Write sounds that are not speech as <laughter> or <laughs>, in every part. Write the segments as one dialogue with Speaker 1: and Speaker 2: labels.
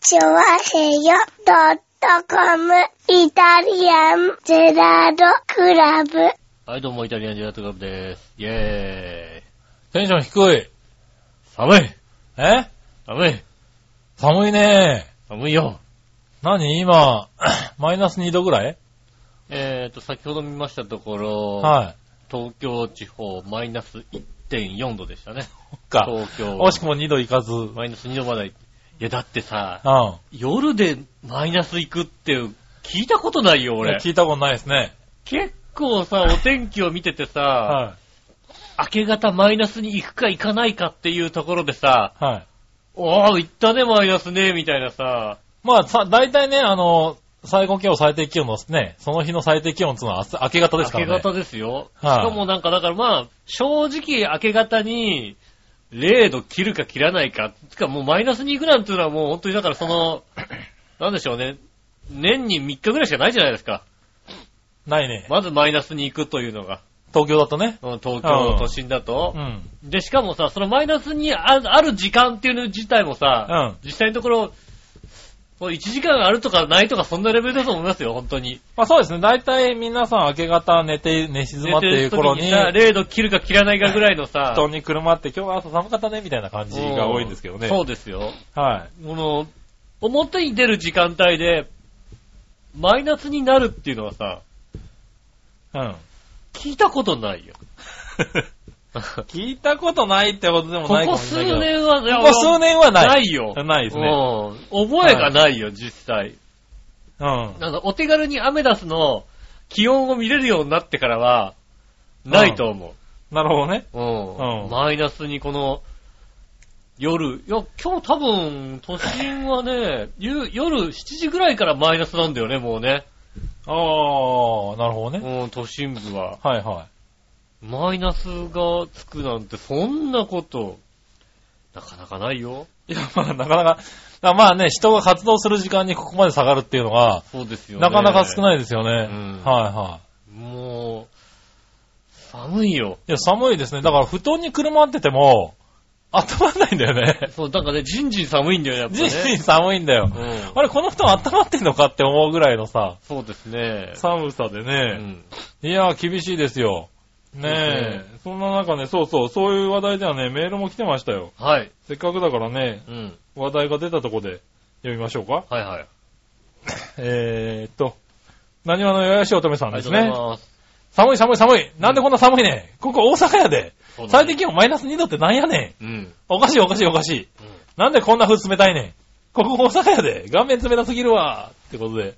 Speaker 1: チョワヘヨドットコムイタリアンゼラードクラブ。
Speaker 2: はい、どうも、イタリアンジェラートクラブです。イェーイ。テンション低い。
Speaker 3: 寒い。え
Speaker 2: 寒い。
Speaker 3: 寒いね。
Speaker 2: 寒いよ。
Speaker 3: 何今、 <coughs> マイナス2度ぐらい
Speaker 2: えーと、先ほど見ましたところ、
Speaker 3: は
Speaker 2: 東京地方マイナス1.4度でしたね。
Speaker 3: い。か。
Speaker 2: 東京。
Speaker 3: 惜しくも2度いかず。うん。
Speaker 2: マイナス2度まで。いや、だってさ、
Speaker 3: こ
Speaker 2: 夜でマイナス行くって聞いたことないよ、俺。
Speaker 3: 聞いたことないですね。
Speaker 2: 結構さ、お天気を見ててさ、
Speaker 3: は
Speaker 2: 明け方マイナスに行くか行かないかっていうところでさ、
Speaker 3: い。はい。
Speaker 2: おー、行ったね、マイナスね、みたいなさ、
Speaker 3: まあ、さ、大体ね、あの、最高気温、最低気温のね、その日の最低気温っていうのは明日明け方ですからね。
Speaker 2: 明け方ですよ。
Speaker 3: はい
Speaker 2: しかもなんか、だからまあ、正直明け方に、0度切るか切らないか。つかもうマイナスに行くなんていうのはもう本当にだからそ
Speaker 3: <laughs>
Speaker 2: の、なんでしょうね。年に3日ぐらいしかないじゃないですか。
Speaker 3: ないね。
Speaker 2: まずマイナスに行くというのが。
Speaker 3: 東京だとね。
Speaker 2: うん東京の都心だと
Speaker 3: う。ん。
Speaker 2: で、しかもさ、そのマイナスにあある時間っていうの自体もさ、実際のところ、もう1時間あるとかないとかそんなレベルだと思いますよ、本当に。
Speaker 3: まあそうですね。大体皆さん明け方寝て、寝静まってい
Speaker 2: る
Speaker 3: う頃に、布
Speaker 2: 0度切るか切らないかぐらいの
Speaker 3: <laughs>
Speaker 2: さ、
Speaker 3: 団にくるまって今日は朝寒かったね、みたいな感じが多いんですけどね。
Speaker 2: そうですよ。
Speaker 3: は
Speaker 2: この、表に出る時間帯で、マイナスになるっていうのはさ、
Speaker 3: い。うん。
Speaker 2: 聞いたことないよ。
Speaker 3: 聞いた <laughs> ことないってことでも
Speaker 2: こ
Speaker 3: ないか
Speaker 2: こ
Speaker 3: もし
Speaker 2: 数
Speaker 3: れないけ
Speaker 2: 年は、い
Speaker 3: ど。
Speaker 2: や
Speaker 3: ここ数年はない。
Speaker 2: ないよ。
Speaker 3: ないですね。
Speaker 2: うん覚えがないよ、実際。
Speaker 3: うん。
Speaker 2: なんかお手軽にアメダスの気温を見れるようになってからは、ないと思う。
Speaker 3: なるほどね。
Speaker 2: うん
Speaker 3: うん
Speaker 2: マイナスにこの、夜、いや、今日多分、都心はね、 <laughs> 夕夜7時ぐらいからマイナスなんだよね、もうね。
Speaker 3: ああ、なるほどね。
Speaker 2: うん、都心部は。
Speaker 3: はいは
Speaker 2: マイナスがつくなんて、そんなこと、なかなかないよ。
Speaker 3: い。いや、まあ、なかなか、あまあね、人が活動する時間にここまで下がるっていうのが、
Speaker 2: そうですよね。
Speaker 3: なかなか少
Speaker 2: い。
Speaker 3: ないですよね。
Speaker 2: ん
Speaker 3: はいは
Speaker 2: もう、寒いよ。
Speaker 3: い。いや、寒いですね。だから、布団にくるまってても、温まんないんだよね。
Speaker 2: そう、なんかね、じんじん寒いんだよね、やっぱ
Speaker 3: じんじん
Speaker 2: ね。
Speaker 3: 寒いんだよ。
Speaker 2: うん。
Speaker 3: あれ、この布団温まってんのかって思うぐらいのさ、
Speaker 2: そうですね。
Speaker 3: 寒さで
Speaker 2: う
Speaker 3: ね。
Speaker 2: ん。
Speaker 3: いや、厳しいですよ。ねえ。そんな中ね、そうそう、そういう話題ではね、メールも来てましたよ。
Speaker 2: はい。
Speaker 3: せっかくだからね、
Speaker 2: うん。
Speaker 3: 話題が出たとこで読みましょ
Speaker 2: <laughs>
Speaker 3: うか。
Speaker 2: はいはい。
Speaker 3: えーっと、何話のよやしおとめさ
Speaker 2: あ
Speaker 3: ん
Speaker 2: り
Speaker 3: で
Speaker 2: がと
Speaker 3: す
Speaker 2: うござい
Speaker 3: ね。
Speaker 2: ます。
Speaker 3: 寒い寒い寒い。なんでこんな寒いね。ここ大阪やで。
Speaker 2: そうだ
Speaker 3: 最
Speaker 2: ね
Speaker 3: 低気温マイナス2度ってなんやね
Speaker 2: うん。
Speaker 3: ん。おかしいおかしいおかしい。
Speaker 2: うん
Speaker 3: なんでこんな風冷たいねん。ここ大阪やで。顔面冷たすぎるわ。ってことで、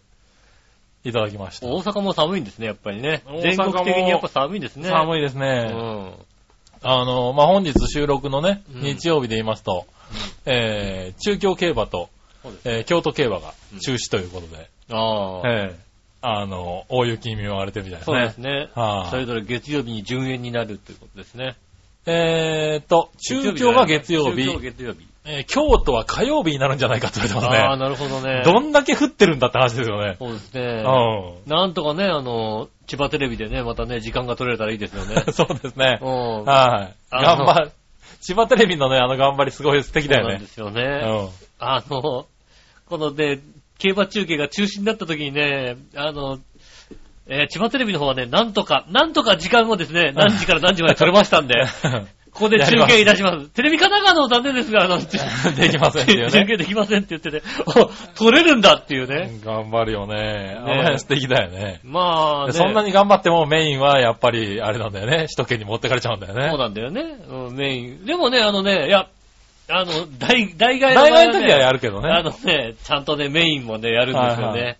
Speaker 3: いただきました。
Speaker 2: 大阪も寒いんですね、やっぱりね
Speaker 3: 大。
Speaker 2: 全
Speaker 3: 阪も
Speaker 2: 国的にやっぱ寒いですね。
Speaker 3: 寒いです
Speaker 2: い
Speaker 3: ね。
Speaker 2: ね。
Speaker 3: あの、まあ、本日収録のね、
Speaker 2: うん
Speaker 3: 日曜日で言いますと、えー、中京競馬と、
Speaker 2: そうです
Speaker 3: えー京都競馬が中止ということで、
Speaker 2: うん。ああ。
Speaker 3: えーあの、大雪に見舞われてみたいなね。
Speaker 2: そうですね。
Speaker 3: はい
Speaker 2: それぞれ月曜日に順延になるっていうことですね。
Speaker 3: えーっと、中京が月曜
Speaker 2: 中京が
Speaker 3: 日、
Speaker 2: 月曜日。
Speaker 3: えー京都は火曜日になるんじゃないかって言われて
Speaker 2: ああ、
Speaker 3: ますね。
Speaker 2: なるほどね。
Speaker 3: どんだけ降ってるんだって話ですよね。
Speaker 2: そうですね。
Speaker 3: う
Speaker 2: なんとかね、あの、千葉テレビでね、またね、時間が取れたらいいですよ
Speaker 3: <laughs>
Speaker 2: ね
Speaker 3: ん。。そうですね。
Speaker 2: うん。
Speaker 3: はい。
Speaker 2: あ
Speaker 3: 頑張る。千葉テレビのね、あの頑張りすごい素敵だ
Speaker 2: そう
Speaker 3: よ
Speaker 2: なんで
Speaker 3: ね。
Speaker 2: すよ
Speaker 3: う
Speaker 2: ね。
Speaker 3: ん。
Speaker 2: あの、このね、競馬中継が中止になった時にね、あの、えー千葉テレビの方はね、なんとか、なんとか時間をですね、何時から何時まで取れました
Speaker 3: <laughs>
Speaker 2: んで、ここで中継いたします。テレビ神奈川の残念です
Speaker 3: <laughs>
Speaker 2: が、あの、で
Speaker 3: きませんっていうね
Speaker 2: 中継できませんって言ってて、お取れるんだっていうね。
Speaker 3: <laughs> 頑張るよね。あの辺素敵だよね。
Speaker 2: まあ、ね、
Speaker 3: そんなに頑張ってもメインはやっぱりあれなんだよね。首都圏に持ってかれちゃうんだよ
Speaker 2: そう
Speaker 3: ね。
Speaker 2: なんだよね、うん、メイン。でもね、あのね、いや、あの、大、大概
Speaker 3: 大
Speaker 2: 前
Speaker 3: 概の時はやるけど
Speaker 2: あ
Speaker 3: ね。
Speaker 2: のね、ちゃんとね、メインもね、やるんですよね。
Speaker 3: はいは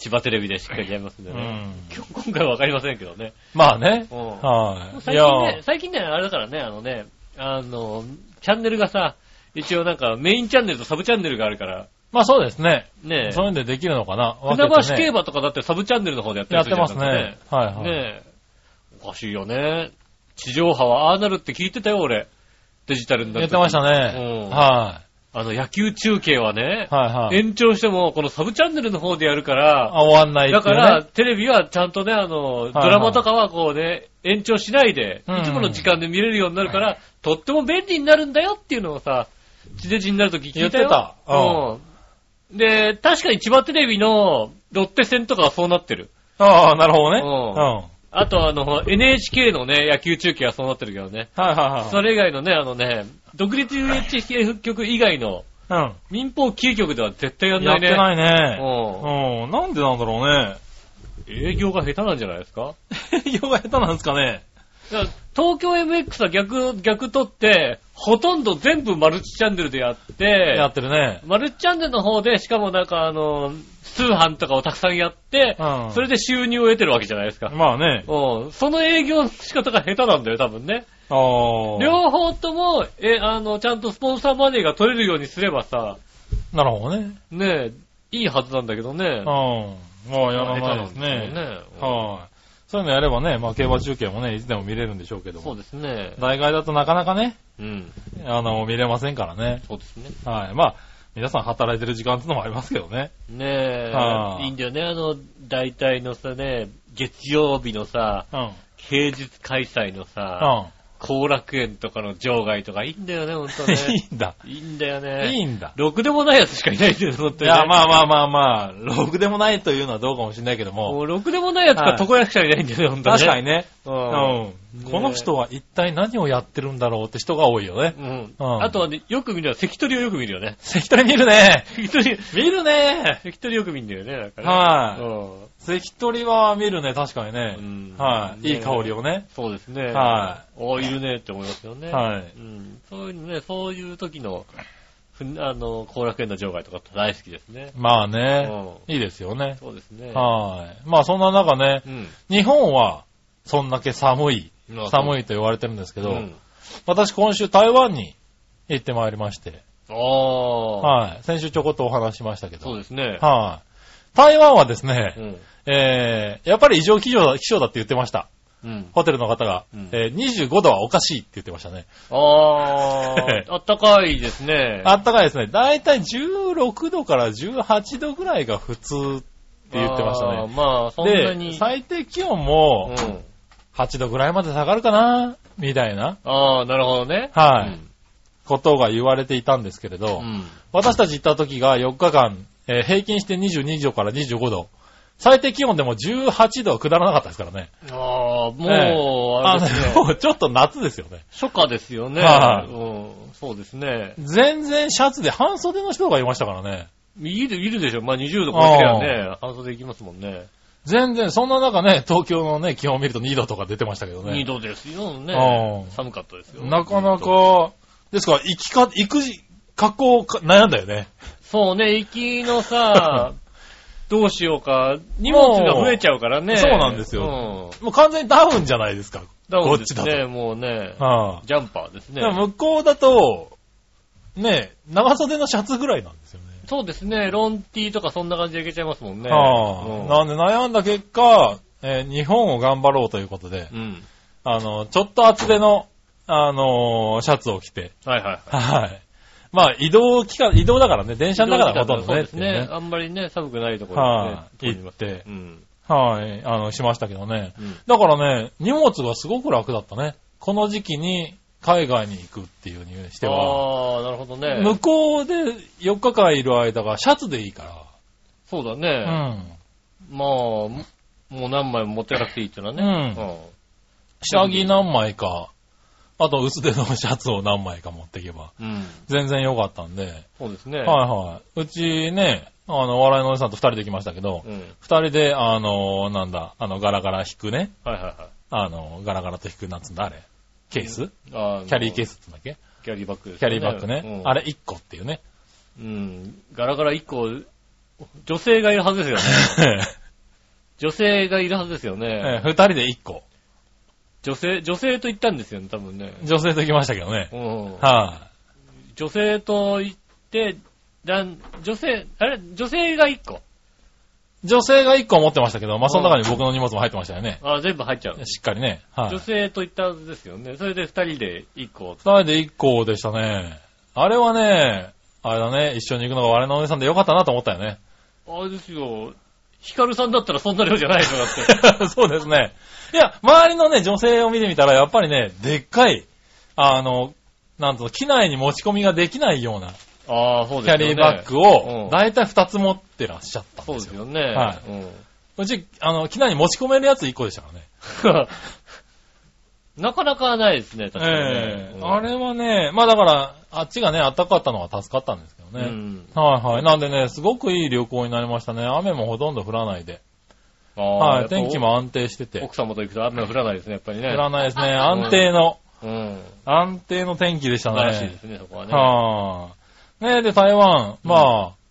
Speaker 2: 千葉テレビでしっかりやりますんで
Speaker 3: う
Speaker 2: ね。
Speaker 3: ん。 <laughs>
Speaker 2: 今日今回はわかりませんけどね。
Speaker 3: まあね。
Speaker 2: うん
Speaker 3: はい。
Speaker 2: 最
Speaker 3: い
Speaker 2: 近
Speaker 3: や、
Speaker 2: ね、最近ね、あれだからね、あのね、あの、チャンネルがさ、一応なんかメインチャンネルとサブチャンネルがあるから、
Speaker 3: まあそうですね。
Speaker 2: ね、
Speaker 3: そういうんでできるのかな。
Speaker 2: 船
Speaker 3: 分けて
Speaker 2: 橋
Speaker 3: ね
Speaker 2: 競馬とかだってサブチャンネルの方でやって
Speaker 3: や
Speaker 2: る
Speaker 3: っ
Speaker 2: 人
Speaker 3: てますね。はい
Speaker 2: じゃ
Speaker 3: は
Speaker 2: ん
Speaker 3: い。
Speaker 2: ねねえおかしいよね。地上波はああなるって聞いてたよ、俺。デジタルにな
Speaker 3: やってました
Speaker 2: ね。
Speaker 3: ね
Speaker 2: う。ん
Speaker 3: は
Speaker 2: あの、野球中継はね
Speaker 3: い。、はいはい。
Speaker 2: 延長しても、このサブチャンネルの方でやるから、
Speaker 3: あ、終わんないって
Speaker 2: だ
Speaker 3: いうね
Speaker 2: から、、テレビはちゃんとね、あの、
Speaker 3: い
Speaker 2: ドラマとかはこうね、延長しないで、
Speaker 3: うんうん
Speaker 2: いつもの時間で見れるようになるから、とっても便利になるんだよっていうのをさ、地デジになるとき聞
Speaker 3: 言
Speaker 2: い
Speaker 3: ったて
Speaker 2: よ。
Speaker 3: たう
Speaker 2: うん。で、確かに千葉テレビのロッテ戦とかはそうなってる。
Speaker 3: ああ、なるほどね。
Speaker 2: う
Speaker 3: うんん。は
Speaker 2: あとあの、ほら NHK のね、野球中継はそうなってるけどね。
Speaker 3: いはいはい。
Speaker 2: それ以外のね、あのね、独立 UHF 局以外の
Speaker 3: うん。
Speaker 2: 民放9局では絶対やんな
Speaker 3: やっ
Speaker 2: いね。
Speaker 3: てないね。
Speaker 2: う
Speaker 3: うん。なんでなんだろう
Speaker 2: <laughs>
Speaker 3: ね。
Speaker 2: ん。営業が下手なんじゃないですか
Speaker 3: 営業が下手なんですかね。
Speaker 2: だから東京 MX は逆、逆取って、ほとんど全部マルチチャンネルでやって、
Speaker 3: やってるね。
Speaker 2: マルチチャンネルの方で、しかもなんかあの、通販とかをたくさんやって、
Speaker 3: うん
Speaker 2: それで収入を得てるわけじゃないですか。
Speaker 3: まあね。
Speaker 2: うん。その営業の仕方が下手なんだよ、多分ね。
Speaker 3: ああ。
Speaker 2: 両方とも、え、あの、ちゃんとスポンサーマネーが取れるようにすればさ、
Speaker 3: なるほどね。
Speaker 2: ねえ、いいはずなんだけどね。
Speaker 3: うん。まあ、やらないです
Speaker 2: 下手な
Speaker 3: ね。
Speaker 2: んですよね
Speaker 3: はい。そういうのやればね、まあ、競馬中継もね、いつでも見れるんでしょうけど
Speaker 2: そう
Speaker 3: も。
Speaker 2: ですね。
Speaker 3: 大概だとなかなかね、
Speaker 2: うん。
Speaker 3: あの、見れませんからね。
Speaker 2: そうですね。
Speaker 3: はい。まあ、皆さん働いてる時間ってのもありますけどね。
Speaker 2: ね
Speaker 3: は
Speaker 2: え、
Speaker 3: あ
Speaker 2: いいんだよね。あの、大体のさね、月曜日のさ、
Speaker 3: うん。うん。
Speaker 2: 平日開催のさ、後楽園とかの場外とかいいんだよね、ほんとね。
Speaker 3: <laughs> いいんだ。
Speaker 2: いいんだよね。
Speaker 3: いいんだ。
Speaker 2: ろくでもないやつしかいないんだよ、ほん
Speaker 3: い
Speaker 2: とにね。
Speaker 3: や、まあまあまあまあ、ろくでもないというのはどうかもしれないけど
Speaker 2: も
Speaker 3: も。
Speaker 2: うろくでもないやつ
Speaker 3: は
Speaker 2: が
Speaker 3: い
Speaker 2: 床屋しかいないんだよね、ほんとね。
Speaker 3: 確かにね。う
Speaker 2: う
Speaker 3: ん。
Speaker 2: ね
Speaker 3: この人は一体何をやってるんだろうって人が多いよね。
Speaker 2: ん。うん。
Speaker 3: うん
Speaker 2: あとはね、よく見るのは、関取をよく見るよね。
Speaker 3: 関取見るね。
Speaker 2: 関取、
Speaker 3: 見るね。
Speaker 2: 関取よく見るんだよね、なんかね。
Speaker 3: はい。
Speaker 2: うん
Speaker 3: 関取は見るね、確かに
Speaker 2: う
Speaker 3: ね。
Speaker 2: ん。
Speaker 3: はい。いい香り
Speaker 2: を。
Speaker 3: をね。
Speaker 2: そうですね。。
Speaker 3: はい
Speaker 2: おいるねって思いますよね。
Speaker 3: はい
Speaker 2: うん。そういうね、そういう時の、ふんあの、後楽園の場外とか大好きですね。
Speaker 3: まあ
Speaker 2: う
Speaker 3: ね。
Speaker 2: ん。
Speaker 3: いいですよね。
Speaker 2: そうですね。
Speaker 3: はい。まあそんな中ね、
Speaker 2: うん。
Speaker 3: 日本はそんだけ寒い、寒
Speaker 2: い
Speaker 3: いと言われてるんですけ
Speaker 2: け
Speaker 3: ど、私今週台湾に行ってまいりまして、
Speaker 2: ああ。
Speaker 3: はい。先週ちょこっとお話ししましたけ
Speaker 2: そう
Speaker 3: ど、
Speaker 2: ですね。
Speaker 3: はい。台湾はですね、
Speaker 2: うん。
Speaker 3: えー、やっぱり異常気象だ気象だって言ってました。 <laughs>
Speaker 2: うん。
Speaker 3: ホテルの方が、
Speaker 2: うん
Speaker 3: えー、25度はおかしいって言ってましたね。
Speaker 2: ああ、あったかいですね。
Speaker 3: あったかいですね。だいたい16度から18度ぐらいが普通って言ってました
Speaker 2: あー
Speaker 3: ね。
Speaker 2: まあ、そんなに。
Speaker 3: で、最低気温
Speaker 2: う
Speaker 3: も
Speaker 2: ん。
Speaker 3: 8度ぐらいまで下がるかな、みたいな、
Speaker 2: ああ、なるほどね。
Speaker 3: はい、ことが言われていたんですけれ
Speaker 2: う
Speaker 3: ど、
Speaker 2: ん。
Speaker 3: 私たち行った時が4日間、えー平均して22度から25度。最低気温でも18度は下らなかったですからね。
Speaker 2: ああ、もう、
Speaker 3: ええ
Speaker 2: あ
Speaker 3: あ
Speaker 2: れですね。
Speaker 3: の、もう <laughs> ちょっと夏ですよね。
Speaker 2: 初夏ですよね。
Speaker 3: はい
Speaker 2: うん。そうですね。
Speaker 3: 全然シャツで半袖の人がいましたからね。
Speaker 2: いる、いるでしょ。まあ20度超えてりゃね、半袖いきますもんね。
Speaker 3: 全然、そんな中ね、東京のね、気温を見ると2度とか出てましたけど
Speaker 2: 2
Speaker 3: ね。
Speaker 2: 度ですよね
Speaker 3: う。ん
Speaker 2: 寒かったですよ。
Speaker 3: なかな。か、ですから、行きか、行くじ、格好をか悩んだよね。
Speaker 2: そうね、行きの
Speaker 3: <laughs>
Speaker 2: さ、どうしようか。荷物が増えちゃうからね。
Speaker 3: そうなんですよもう完全にダウンじゃないですか。
Speaker 2: うん。ダウン
Speaker 3: こ
Speaker 2: で
Speaker 3: っち
Speaker 2: す
Speaker 3: だ
Speaker 2: ね、
Speaker 3: と
Speaker 2: もうね。
Speaker 3: はあ
Speaker 2: ジャンパーですね
Speaker 3: だか。ら向こうだと、ね、長袖のシャツぐらいなんですよね。
Speaker 2: そうですね、ロンティーとかそんな感じでいけちゃいますもんね。
Speaker 3: はあ、なんで悩んだ結果、えー日本を頑張ろうということで
Speaker 2: う、ん。うん。
Speaker 3: あの、ちょっと厚手の、あのーシャツを着て、
Speaker 2: はいはいはい。
Speaker 3: はい。まあ、移動期間、移動だからね、電車の中だからほとんど
Speaker 2: そう
Speaker 3: ね。
Speaker 2: で
Speaker 3: っ
Speaker 2: す
Speaker 3: ていう
Speaker 2: ね。
Speaker 3: ね
Speaker 2: あんまりね、寒くないところ
Speaker 3: は
Speaker 2: で
Speaker 3: い、
Speaker 2: ね。
Speaker 3: 行って
Speaker 2: う、ん。
Speaker 3: はい、あの、しましたけどね。
Speaker 2: うん。
Speaker 3: だからね、荷物がすごく楽だったね。この時期に海外に行くっていうにしては、
Speaker 2: ああ、なるほどね。
Speaker 3: 向こうで4日間いる間がシャツでいいか
Speaker 2: そうだ
Speaker 3: ら、
Speaker 2: ね。
Speaker 3: うん。
Speaker 2: まあ、もう何枚も持ってなくていいっていうのはね。
Speaker 3: うん
Speaker 2: うん。
Speaker 3: 下着何枚か、あと薄手のシャツを何枚か持っていけば、
Speaker 2: うん。
Speaker 3: 全然良かったんで、
Speaker 2: そうですね。
Speaker 3: はいはい。うちね、あの、お笑いのおじさんと二人で来ましたけど、
Speaker 2: うん。
Speaker 3: 二人で、あの、なんだ、あの、ガラガラ引くね、
Speaker 2: はいはいはい。
Speaker 3: あの、ガラガラと引く、なんつうんだ、あれ。ケース
Speaker 2: あの
Speaker 3: キャリーケースって言うんだっけ
Speaker 2: キャリーバッグです
Speaker 3: キャ
Speaker 2: よ
Speaker 3: リーバッグね。
Speaker 2: うん
Speaker 3: あれ1個ってい
Speaker 2: <laughs>
Speaker 3: うね。
Speaker 2: うん。ガラガラ一個、女性がいるはずですよね。女性がいるはずですよ
Speaker 3: え
Speaker 2: ね。
Speaker 3: 二人で1個。
Speaker 2: 女性、女性と行ったんですよね、多分ね。
Speaker 3: 女性と来ましたけどね
Speaker 2: う。ん。
Speaker 3: は
Speaker 2: 女性と行って、男女性、あれ女性が1個。
Speaker 3: い。女性が1個持ってましたけど、まあ、その中に僕の荷物も入ってましたよね。
Speaker 2: あ、全部入っちゃう。
Speaker 3: しっかりね。はい
Speaker 2: 女。性と行ったはずですよね。それで2人で1個。
Speaker 3: 二人で1個でしたね。あれはね、あれだね、一緒に行くのが我のお姉さんでよかったなと思った
Speaker 2: <laughs>
Speaker 3: よね。
Speaker 2: あれですよ。ヒカルさんだったらそんな量じゃないでしょ、だって。
Speaker 3: <laughs> そうですね。いや、周りのね、女性を見てみたら、やっぱりね、でっかい、あの、なんと、機内に持ち込みができないような、
Speaker 2: ああ、そう
Speaker 3: キ
Speaker 2: です
Speaker 3: ャ
Speaker 2: よね。
Speaker 3: リーバッグ
Speaker 2: うん
Speaker 3: を、だいたい2つ持ってらっしゃったん
Speaker 2: そう
Speaker 3: で
Speaker 2: ですす
Speaker 3: よ。
Speaker 2: よね。
Speaker 3: は
Speaker 2: うん
Speaker 3: うち、あの、機内に持ち込めるやつ1個でしたからね。
Speaker 2: <laughs> なかなかないですね、確かにね
Speaker 3: ええ
Speaker 2: うん
Speaker 3: あれはね、まあだから、あっちがね、暖かかったのは助かったんですけど
Speaker 2: う
Speaker 3: ね。
Speaker 2: ん。
Speaker 3: はいはい。なんでね、すごくいい旅行になりましたね。雨もほとんど降らないで。
Speaker 2: ああ
Speaker 3: はい、天気。
Speaker 2: やっ
Speaker 3: も安定して
Speaker 2: ぱ
Speaker 3: て。
Speaker 2: 奥様と行くと雨は降らないですね、やっぱりね。
Speaker 3: 降らないですね。安定の、
Speaker 2: うん。
Speaker 3: 安定の天気でした
Speaker 2: 素
Speaker 3: ね。
Speaker 2: 晴らしいですね、そこはね。
Speaker 3: はあ。ねえ、で、台湾、まあ、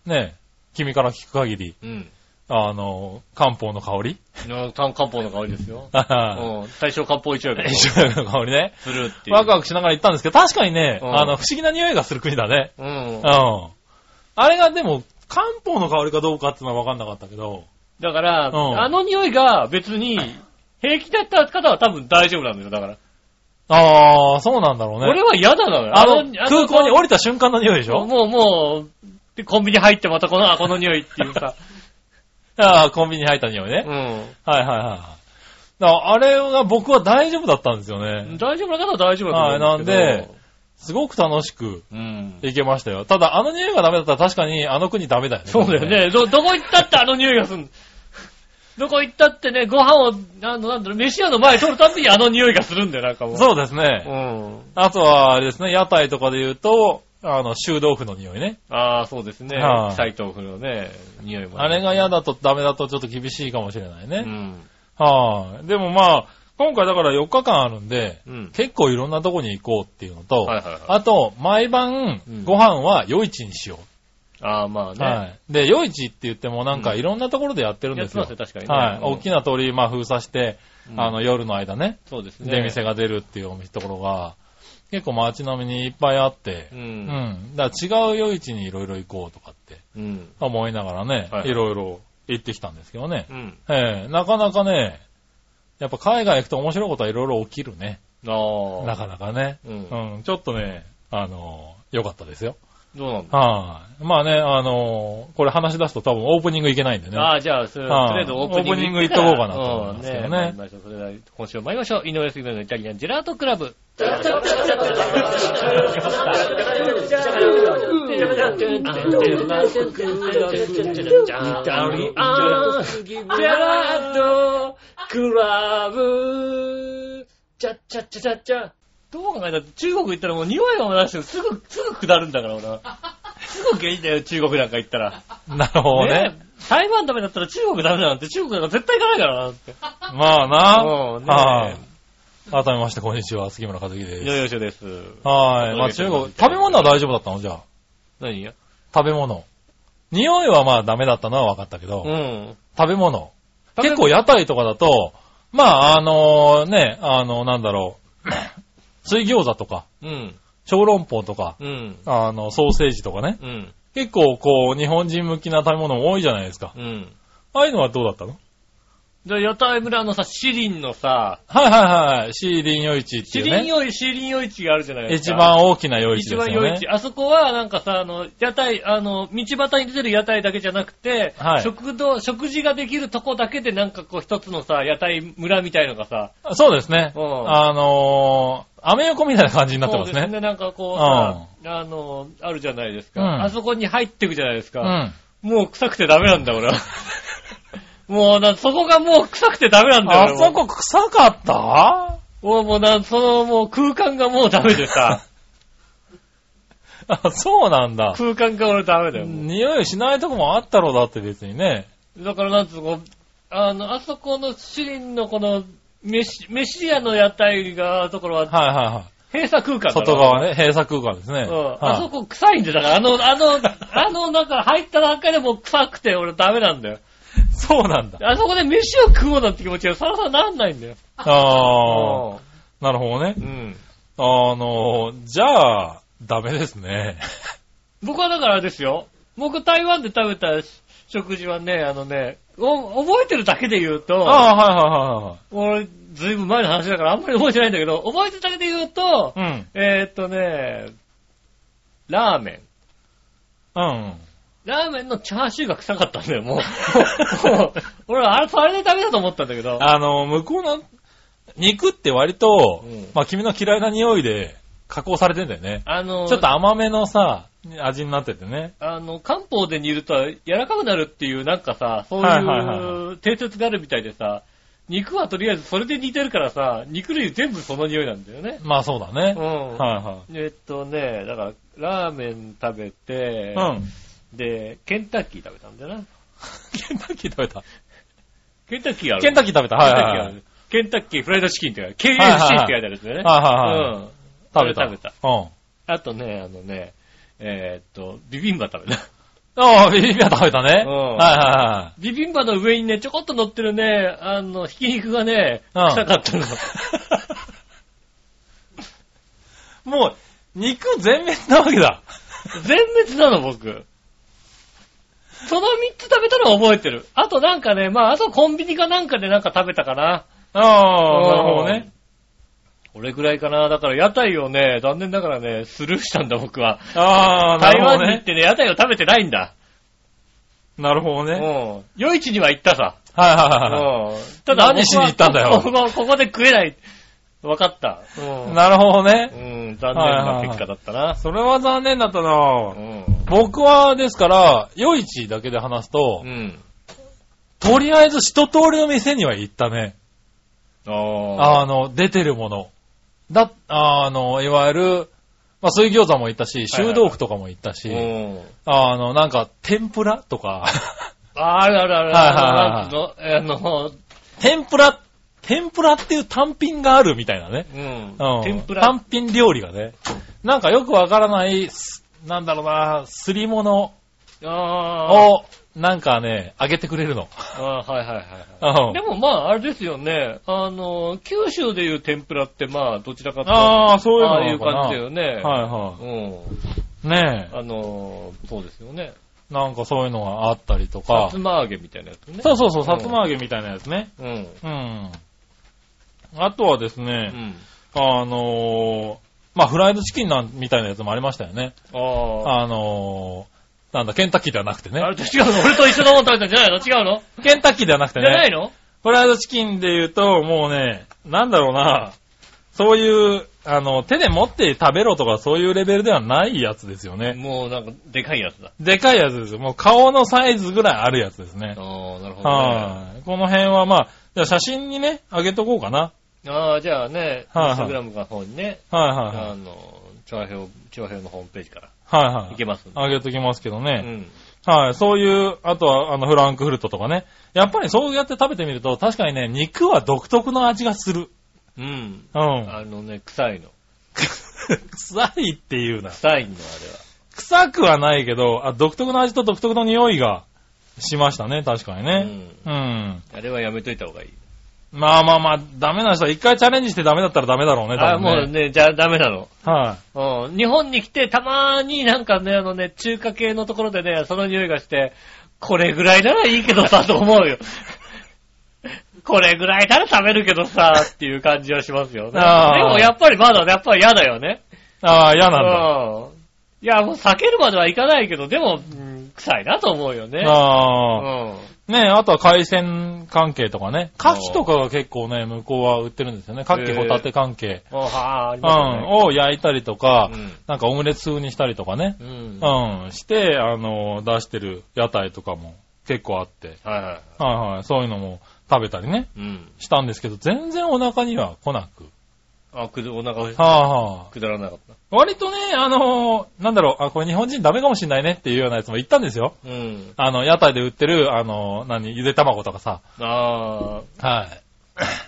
Speaker 3: ねえ、君から聞く限り、
Speaker 2: うん。
Speaker 3: あの、漢方の香り
Speaker 2: の漢方の香りですよ。
Speaker 3: <laughs> は
Speaker 2: うん。大正漢方一応より
Speaker 3: い。一緒の香りね。
Speaker 2: するっていう。
Speaker 3: ワクワクしながら行ったんですけど、確かにね、
Speaker 2: うん
Speaker 3: あの、不思議な匂いがする国だね。
Speaker 2: うん
Speaker 3: う。ん。あれがでも、漢方の香りかどうかっていうのは分かんなかったけど、
Speaker 2: だから、
Speaker 3: うん
Speaker 2: あの匂いが別に、平気だった方は多分大丈夫なんだよ、だから。
Speaker 3: ああ、そうなんだろうね。
Speaker 2: 俺は嫌だなのよ。
Speaker 3: あの、空港に降
Speaker 2: り
Speaker 3: りた瞬間の匂いでしょ
Speaker 2: もう、もう、でコンビニ入ってまたこの、あ、この匂いっていう
Speaker 3: <laughs>
Speaker 2: さ。
Speaker 3: ああ、コンビニ入った匂いね。
Speaker 2: うん。
Speaker 3: はいはいはいはい。だからあれが僕は大丈夫だったんですよね。
Speaker 2: 大丈夫な方は大丈夫だと思うんですけど。
Speaker 3: はいなんで、すごく楽しく
Speaker 2: うん。
Speaker 3: 行けましたよ。ただ、あの匂いがダメだったら確かにあの国ダメだよね。
Speaker 2: そうだよ。ね。ど、どこ行ったってあの匂いがする。どこ行ったってね、ご飯を、あの、なんだろう、飯屋の前通るたびにあの匂いがするんだよ、なんかもう。
Speaker 3: そうです
Speaker 2: う
Speaker 3: ね。
Speaker 2: ん。
Speaker 3: あとは、あれですね、屋台とかで言うと、あの、臭豆腐の匂いね。
Speaker 2: ああ、そうですね
Speaker 3: は。い
Speaker 2: 斎藤風のね、匂いもね。
Speaker 3: あれが嫌だとダメだとちょっと厳しいかもしれないうね。
Speaker 2: ん。
Speaker 3: はい、でもまあ、今回だから4日間あるんで、
Speaker 2: うん。
Speaker 3: 結構いろんなとこに行こうっていうのと、
Speaker 2: はいはいはい
Speaker 3: あと、毎晩
Speaker 2: うん、
Speaker 3: ご飯は夜市にしよ
Speaker 2: ああ、まあ
Speaker 3: う。
Speaker 2: ね。
Speaker 3: はい。で、夜市って言ってもなんか
Speaker 2: うん
Speaker 3: いろんなところでやってるん
Speaker 2: や
Speaker 3: で
Speaker 2: っ
Speaker 3: す
Speaker 2: てま
Speaker 3: よ
Speaker 2: す。ね、確かにね。
Speaker 3: はい。
Speaker 2: うん
Speaker 3: 大きな通り、まあ封鎖して、
Speaker 2: うん
Speaker 3: あの、夜の間ね、
Speaker 2: そうですね。
Speaker 3: 出店が出るっていうお店ところが、結構街並みにいっぱいあって
Speaker 2: う、。
Speaker 3: うんん。だから違う夜市にいろいろ行こうとかって
Speaker 2: うん。
Speaker 3: 思いながらね
Speaker 2: は、い
Speaker 3: いろいろ行ってきたんですけどね
Speaker 2: う。ん。
Speaker 3: ええ、なかなかね、やっぱ海外行くと面白いことはいろいろ起きるね。
Speaker 2: ああ。
Speaker 3: なかなかね。
Speaker 2: うん。
Speaker 3: うん、ちょっとね、あの、良かったですよ。
Speaker 2: どうなんだ
Speaker 3: はい。まあね、あの、これ話し出すと多分オープニングいけないんでね。
Speaker 2: ああ、じゃあ、それ
Speaker 3: はい
Speaker 2: とりあえずオープニング
Speaker 3: オープニング行っとこうかなと思いますけどね
Speaker 2: うん参りましょうそれでは今週も参りましょう。井上杉村のイタリアンジェラートクラブ。どう考えたって中国行ったらもう匂いを出してすぐ、すぐ下るんだから俺は。すぐ下痢だよ、中国なんか行ったら。
Speaker 3: なるほどね。
Speaker 2: ね台湾ダメだったら中国ダメだなんて中国なんか絶対行かないからなって。
Speaker 3: まあな。
Speaker 2: うんね
Speaker 3: はい。改めまして、こんにちは。杉村和樹
Speaker 2: いよ
Speaker 3: です。
Speaker 2: いよしょです。
Speaker 3: はい。まあ中国、食べ物は大丈夫だったのじゃあ。
Speaker 2: 何や
Speaker 3: 食べ物。匂いはまあダメだったのは分かったけど、
Speaker 2: うん。
Speaker 3: 食べ物。
Speaker 2: 食べ
Speaker 3: 結構屋台とかだと、まああのね、あの、なんだろう。 <coughs> 水餃子とか、
Speaker 2: うん。
Speaker 3: 小籠包とか、
Speaker 2: うん。
Speaker 3: あの、ソーセージとかね。
Speaker 2: うん。
Speaker 3: 結構こう、日本人向きな食べ物も多いじゃないですか。
Speaker 2: うん。
Speaker 3: ああいうのはどうだったの
Speaker 2: で、屋台村のさ、シリンのさ、
Speaker 3: はいはいはい。シーリン夜市って
Speaker 2: シ
Speaker 3: いう
Speaker 2: リン
Speaker 3: ね。
Speaker 2: よりシリンよ市があるじゃないです
Speaker 3: 一
Speaker 2: か。
Speaker 3: 番大きな夜市
Speaker 2: 一
Speaker 3: ですよ
Speaker 2: 番
Speaker 3: ね。
Speaker 2: 夜市。あそこは、なんかさ、あの、屋台、あの、道端に出てる屋台だけじゃなくて、
Speaker 3: はい
Speaker 2: 食堂、食事ができるとこだけで、なんかこう、一つのさ、屋台村みたいのがさ、
Speaker 3: そうですね。
Speaker 2: うん
Speaker 3: あのー、アメ横みたいな感じになってます
Speaker 2: そうです
Speaker 3: ね。
Speaker 2: ね、なんかこうさ、あの、あるじゃないですか。
Speaker 3: うん
Speaker 2: あそこに入っていくじゃないです
Speaker 3: う
Speaker 2: か。
Speaker 3: ん。
Speaker 2: もう臭くてダメなんだ、
Speaker 3: <laughs>
Speaker 2: 俺は。もうな、そこがもう臭くてダメなんだよ。
Speaker 3: あ
Speaker 2: 俺
Speaker 3: そ
Speaker 2: も
Speaker 3: こ臭かった
Speaker 2: もうもうな、そのもう空間がもうダメでさ、
Speaker 3: あ、そうなんだ。
Speaker 2: 空間が俺ダメだよ。も
Speaker 3: 匂いしないとこもあったろうだって別にね。
Speaker 2: うだからなんつうのこう、あの、あそこのシリンのこの、飯、飯屋の屋台が、ところは
Speaker 3: はいはいは
Speaker 2: 閉鎖空間だ
Speaker 3: い。外側ね、閉鎖空間ですね。
Speaker 2: うん。
Speaker 3: はい
Speaker 2: あそこ臭いんで、だからあの、あの、あの、なんか入った段階でもう臭くて俺ダメなんだよ。
Speaker 3: そうなんだ。
Speaker 2: あそこで飯を食おうなんて気持ちがさらさらなんないんだよ。
Speaker 3: ああ、なるほどね
Speaker 2: う。ん。
Speaker 3: あのー、じゃあ、ダメですね。
Speaker 2: 僕はだからあれですよ。僕台湾で食べた食事はね、あのね、お覚えてるだけで言うと、
Speaker 3: ああ
Speaker 2: 俺、ずいぶん前の話だからあんまり覚えてないんだけど、覚えてるだけで言うと、
Speaker 3: ー、はいはいはいはい。
Speaker 2: えーっとね、ラーメン。
Speaker 3: うん。うん。
Speaker 2: ラーメンのチャーシューが臭かったんだよ、も
Speaker 3: <laughs>
Speaker 2: う。もう俺、あれ、それで食べたと思ったんだけど。
Speaker 3: あの、向こうの肉って割と、
Speaker 2: うん
Speaker 3: まあ君の嫌いな匂いで加工されてんだよね。
Speaker 2: あの、
Speaker 3: ちょっと甘めのさ、味になっててね。
Speaker 2: あの、漢方で煮ると柔らかくなるっていう、なんかさ、そう
Speaker 3: はいはいはい
Speaker 2: いう定説があるみたいでさ、肉はとりあえずそれで煮てるからさ、肉類全部その匂いなんだよね。
Speaker 3: まあそうだね。
Speaker 2: う
Speaker 3: は
Speaker 2: ん。
Speaker 3: いは
Speaker 2: えっとね、だから、ラーメン食べて、
Speaker 3: い。うん。
Speaker 2: で、ケンタッキー食べたんだよな。
Speaker 3: ケンタッキー食べた。
Speaker 2: ケンタッキーある。
Speaker 3: ケンタッキー食べた。はいはいはい。
Speaker 2: ケンタッキーあるケンタッキーフライドチキンって書いて
Speaker 3: はいはい
Speaker 2: KFC って書いてあるんですよね。
Speaker 3: はいはいはい。
Speaker 2: うん。
Speaker 3: 食べた。
Speaker 2: 食べた。
Speaker 3: うん。
Speaker 2: あとね、あのね、えーっと、ビビンバ食べた。
Speaker 3: ああ、ビビンバ食べたね。
Speaker 2: うん
Speaker 3: は
Speaker 2: ビビンバの上にね、ちょこっと乗ってるね、あの、ひき肉がね、
Speaker 3: うん
Speaker 2: 臭かったの。
Speaker 3: いはいはい。もう、肉全滅なわけだ。
Speaker 2: 全滅なの、僕。その3つ食べたのは覚えてる。あとなんかね、まあ、あとコンビニかなんかでなんか食べたかな。
Speaker 3: ああ、なるほどね。
Speaker 2: これぐらいかな。だから屋台をね、残念ながらね、スルーしたんだ、僕は。
Speaker 3: ああ、な
Speaker 2: 台
Speaker 3: るほ
Speaker 2: 湾
Speaker 3: ど
Speaker 2: に行っ
Speaker 3: ね。
Speaker 2: てね、屋台を食べてないんだ。
Speaker 3: なるほどね。
Speaker 2: う
Speaker 3: はい
Speaker 2: ん。夜市には行ったさ。
Speaker 3: はいはい
Speaker 2: う
Speaker 3: は
Speaker 2: ん。ただ、
Speaker 3: 何しに行ったんだ
Speaker 2: <laughs>
Speaker 3: よ
Speaker 2: ここ、ここで食えない。わかった。う
Speaker 3: い。
Speaker 2: ん。
Speaker 3: なるほど
Speaker 2: う
Speaker 3: ね。
Speaker 2: ん、残念な結果だったな。
Speaker 3: それは残念だったな
Speaker 2: うん。
Speaker 3: 僕は、ですから、夜市だけで話すと
Speaker 2: う、ん。
Speaker 3: とりあえず一通りの店には行ったね。
Speaker 2: ああ。
Speaker 3: あの、出てるもの。だ、あの、いわゆる、まあ、水餃子も行った
Speaker 2: は
Speaker 3: し、
Speaker 2: いは
Speaker 3: 臭
Speaker 2: い
Speaker 3: 豆腐とかも行ったし、
Speaker 2: うん。
Speaker 3: あの、なんか、天ぷらとか、 <laughs>
Speaker 2: ああるあるあるある。あの、
Speaker 3: 天ぷら、天ぷらっていう単品があるみたいなね。
Speaker 2: うん
Speaker 3: うん。
Speaker 2: 天ぷら。
Speaker 3: 単品料理がね。なんかよくわからない、すなんだろうな、すり物
Speaker 2: あ
Speaker 3: を、なんかね、あげてくれるの。
Speaker 2: あ。ああ、はいはいはいはい。
Speaker 3: う
Speaker 2: で
Speaker 3: ん。
Speaker 2: もまあ、あれですよね。あの、九州でいう天ぷらってまあ、どちらかと
Speaker 3: ああ、そういうの
Speaker 2: ああい
Speaker 3: なの
Speaker 2: う
Speaker 3: かな
Speaker 2: 感じだよね。
Speaker 3: はいは
Speaker 2: う
Speaker 3: い。ね
Speaker 2: ん。あの、そうですよね。
Speaker 3: え。なんかそういうのがあったりと
Speaker 2: さ
Speaker 3: か
Speaker 2: つ。ま揚げみたいなやつね。
Speaker 3: そうそうそう、
Speaker 2: ん
Speaker 3: さつま揚げみたいなやつね。
Speaker 2: うん。
Speaker 3: うん。あとはです
Speaker 2: う
Speaker 3: ね、
Speaker 2: ん。
Speaker 3: あのーまあ、フライドチキンなんみたいなやつもありましたよね。
Speaker 2: ああ。
Speaker 3: あのーなんだ、ケンタッキーではなくてね
Speaker 2: あ。れと違うの俺と一緒のもの食べたんじゃないの違うの
Speaker 3: ケンタッキーではなくて
Speaker 2: じゃない
Speaker 3: ね。
Speaker 2: の
Speaker 3: フライドチキンで言うと、もうね、なんだろうな、そういう、あの、手で持って食べろとかそういうレベルではないやつですよ
Speaker 2: <laughs>
Speaker 3: ね。
Speaker 2: もうなんか、でかいやつだ。
Speaker 3: でかいやつですよ。もう顔のサイズぐらいあるやつですね。
Speaker 2: ああ、なるほど、ね。
Speaker 3: はい。この辺はまあ、じゃあ写真にね、あげとこうかな。
Speaker 2: ああ、じゃあね、イン
Speaker 3: はいはい
Speaker 2: スタグラムの方にね、
Speaker 3: はいはいはい
Speaker 2: あの、長編、長編のホームページから。
Speaker 3: はいはい
Speaker 2: けますんで
Speaker 3: あげときますけど
Speaker 2: う
Speaker 3: ね。
Speaker 2: ん。
Speaker 3: はい。そういう、あとは、あの、フランクフルトとかね。やっぱりそうやって食べてみると、確かにね、肉は独特の味がする。
Speaker 2: うん。
Speaker 3: うん。
Speaker 2: あのね、臭いの。
Speaker 3: 臭いっていうな。
Speaker 2: 臭いの、あれ
Speaker 3: 臭くはないけど、あ独特の味と独特の匂いがしましたね、確かに
Speaker 2: は。
Speaker 3: ね。う
Speaker 2: う
Speaker 3: ん。
Speaker 2: ん。あれはやめといた方がいい。
Speaker 3: まあまあまあ、ダメな人は一回チャレンジしてダメだったらダメだろうね、
Speaker 2: ああ、
Speaker 3: 多分ね。
Speaker 2: もうね、じゃあダメなの。
Speaker 3: はい。
Speaker 2: うん。日本に来て、たまーになんかね、あのね、中華系のところでね、その匂いがして、これぐらいならいいけどさ、と思うよ。 <laughs> これぐらいなら食べるけどさ、っていう感じはしますよね。で
Speaker 3: あー
Speaker 2: もやっぱりまだ、やっぱり嫌だよね。
Speaker 3: ああ、嫌なんだ。
Speaker 2: うん。いや、もう避けるまではいかないけど、でも、うん臭いなと思うよね。う
Speaker 3: ああ。
Speaker 2: ん。
Speaker 3: ねあとは海鮮関係とかね。牡蠣とかが結構ね、向こうは売ってるんですよね。牡
Speaker 2: へ
Speaker 3: 蠣、
Speaker 2: え
Speaker 3: ホタテ関係。
Speaker 2: おはあ、あり
Speaker 3: う
Speaker 2: ます
Speaker 3: ん。
Speaker 2: ね。
Speaker 3: を焼いたりとか、
Speaker 2: うん
Speaker 3: なんかオムレツ風にしたりとかね。
Speaker 2: うん。はい
Speaker 3: うん。して、あの、出してる屋台とかも結構あって。
Speaker 2: は
Speaker 3: はいはい。そういうのも食べたりね。
Speaker 2: い。うん。
Speaker 3: したんですけど、全然お腹には来なく。
Speaker 2: あ、くず、お腹
Speaker 3: はあ、はあ、
Speaker 2: くだらなかっ
Speaker 3: 割とね、あのなんだろう、あ、これ日本人ダメかもしんないねっていうようなやつも言ったんですよ。
Speaker 2: た。うん。
Speaker 3: あの、屋台で売ってる、あの何、ゆで卵とかさ。
Speaker 2: あ
Speaker 3: はい。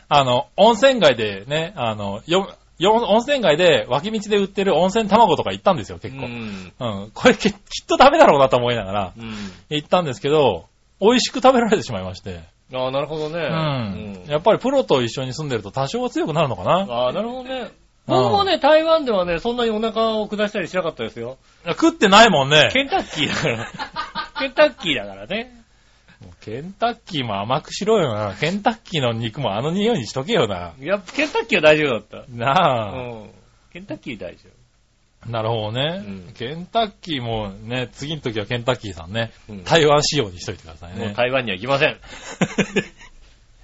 Speaker 3: あの、温泉街でね、あの、よ、よ、温泉街で脇道で売ってる温泉卵とか行ったんですよ、
Speaker 2: ー
Speaker 3: 結
Speaker 2: う
Speaker 3: 構。
Speaker 2: ん。
Speaker 3: うん。これききっとダメだろうなと思いながら
Speaker 2: うん。
Speaker 3: 行ったんですけど、美味しく食べられてしまいまして。
Speaker 2: ああ、なるほどね。
Speaker 3: うん。
Speaker 2: うん
Speaker 3: やっぱりプロと一緒に住んでると多少は強くなるのかな
Speaker 2: ああ、なるほどね。僕もね、台湾ではね、そんなにお腹を下したりしなかったですよ。
Speaker 3: 食ってないもんね。
Speaker 2: ケンタッキーだ <laughs> から。ケンタッキーだからね。
Speaker 3: もうケンタッキーも甘くしろよな。ケンタッキーの肉もあの匂いにしとけよな。
Speaker 2: いや、ケンタッキーは大丈夫だった。う
Speaker 3: なあ、
Speaker 2: ん。ケンタッキー大丈
Speaker 3: なるほどね、
Speaker 2: うん
Speaker 3: ケンタッキーもね、次の時はケンタッキーさんね、
Speaker 2: 夫。うん
Speaker 3: 台湾仕様にしといてください
Speaker 2: もう
Speaker 3: ね。
Speaker 2: 台湾には行きま <laughs> せん。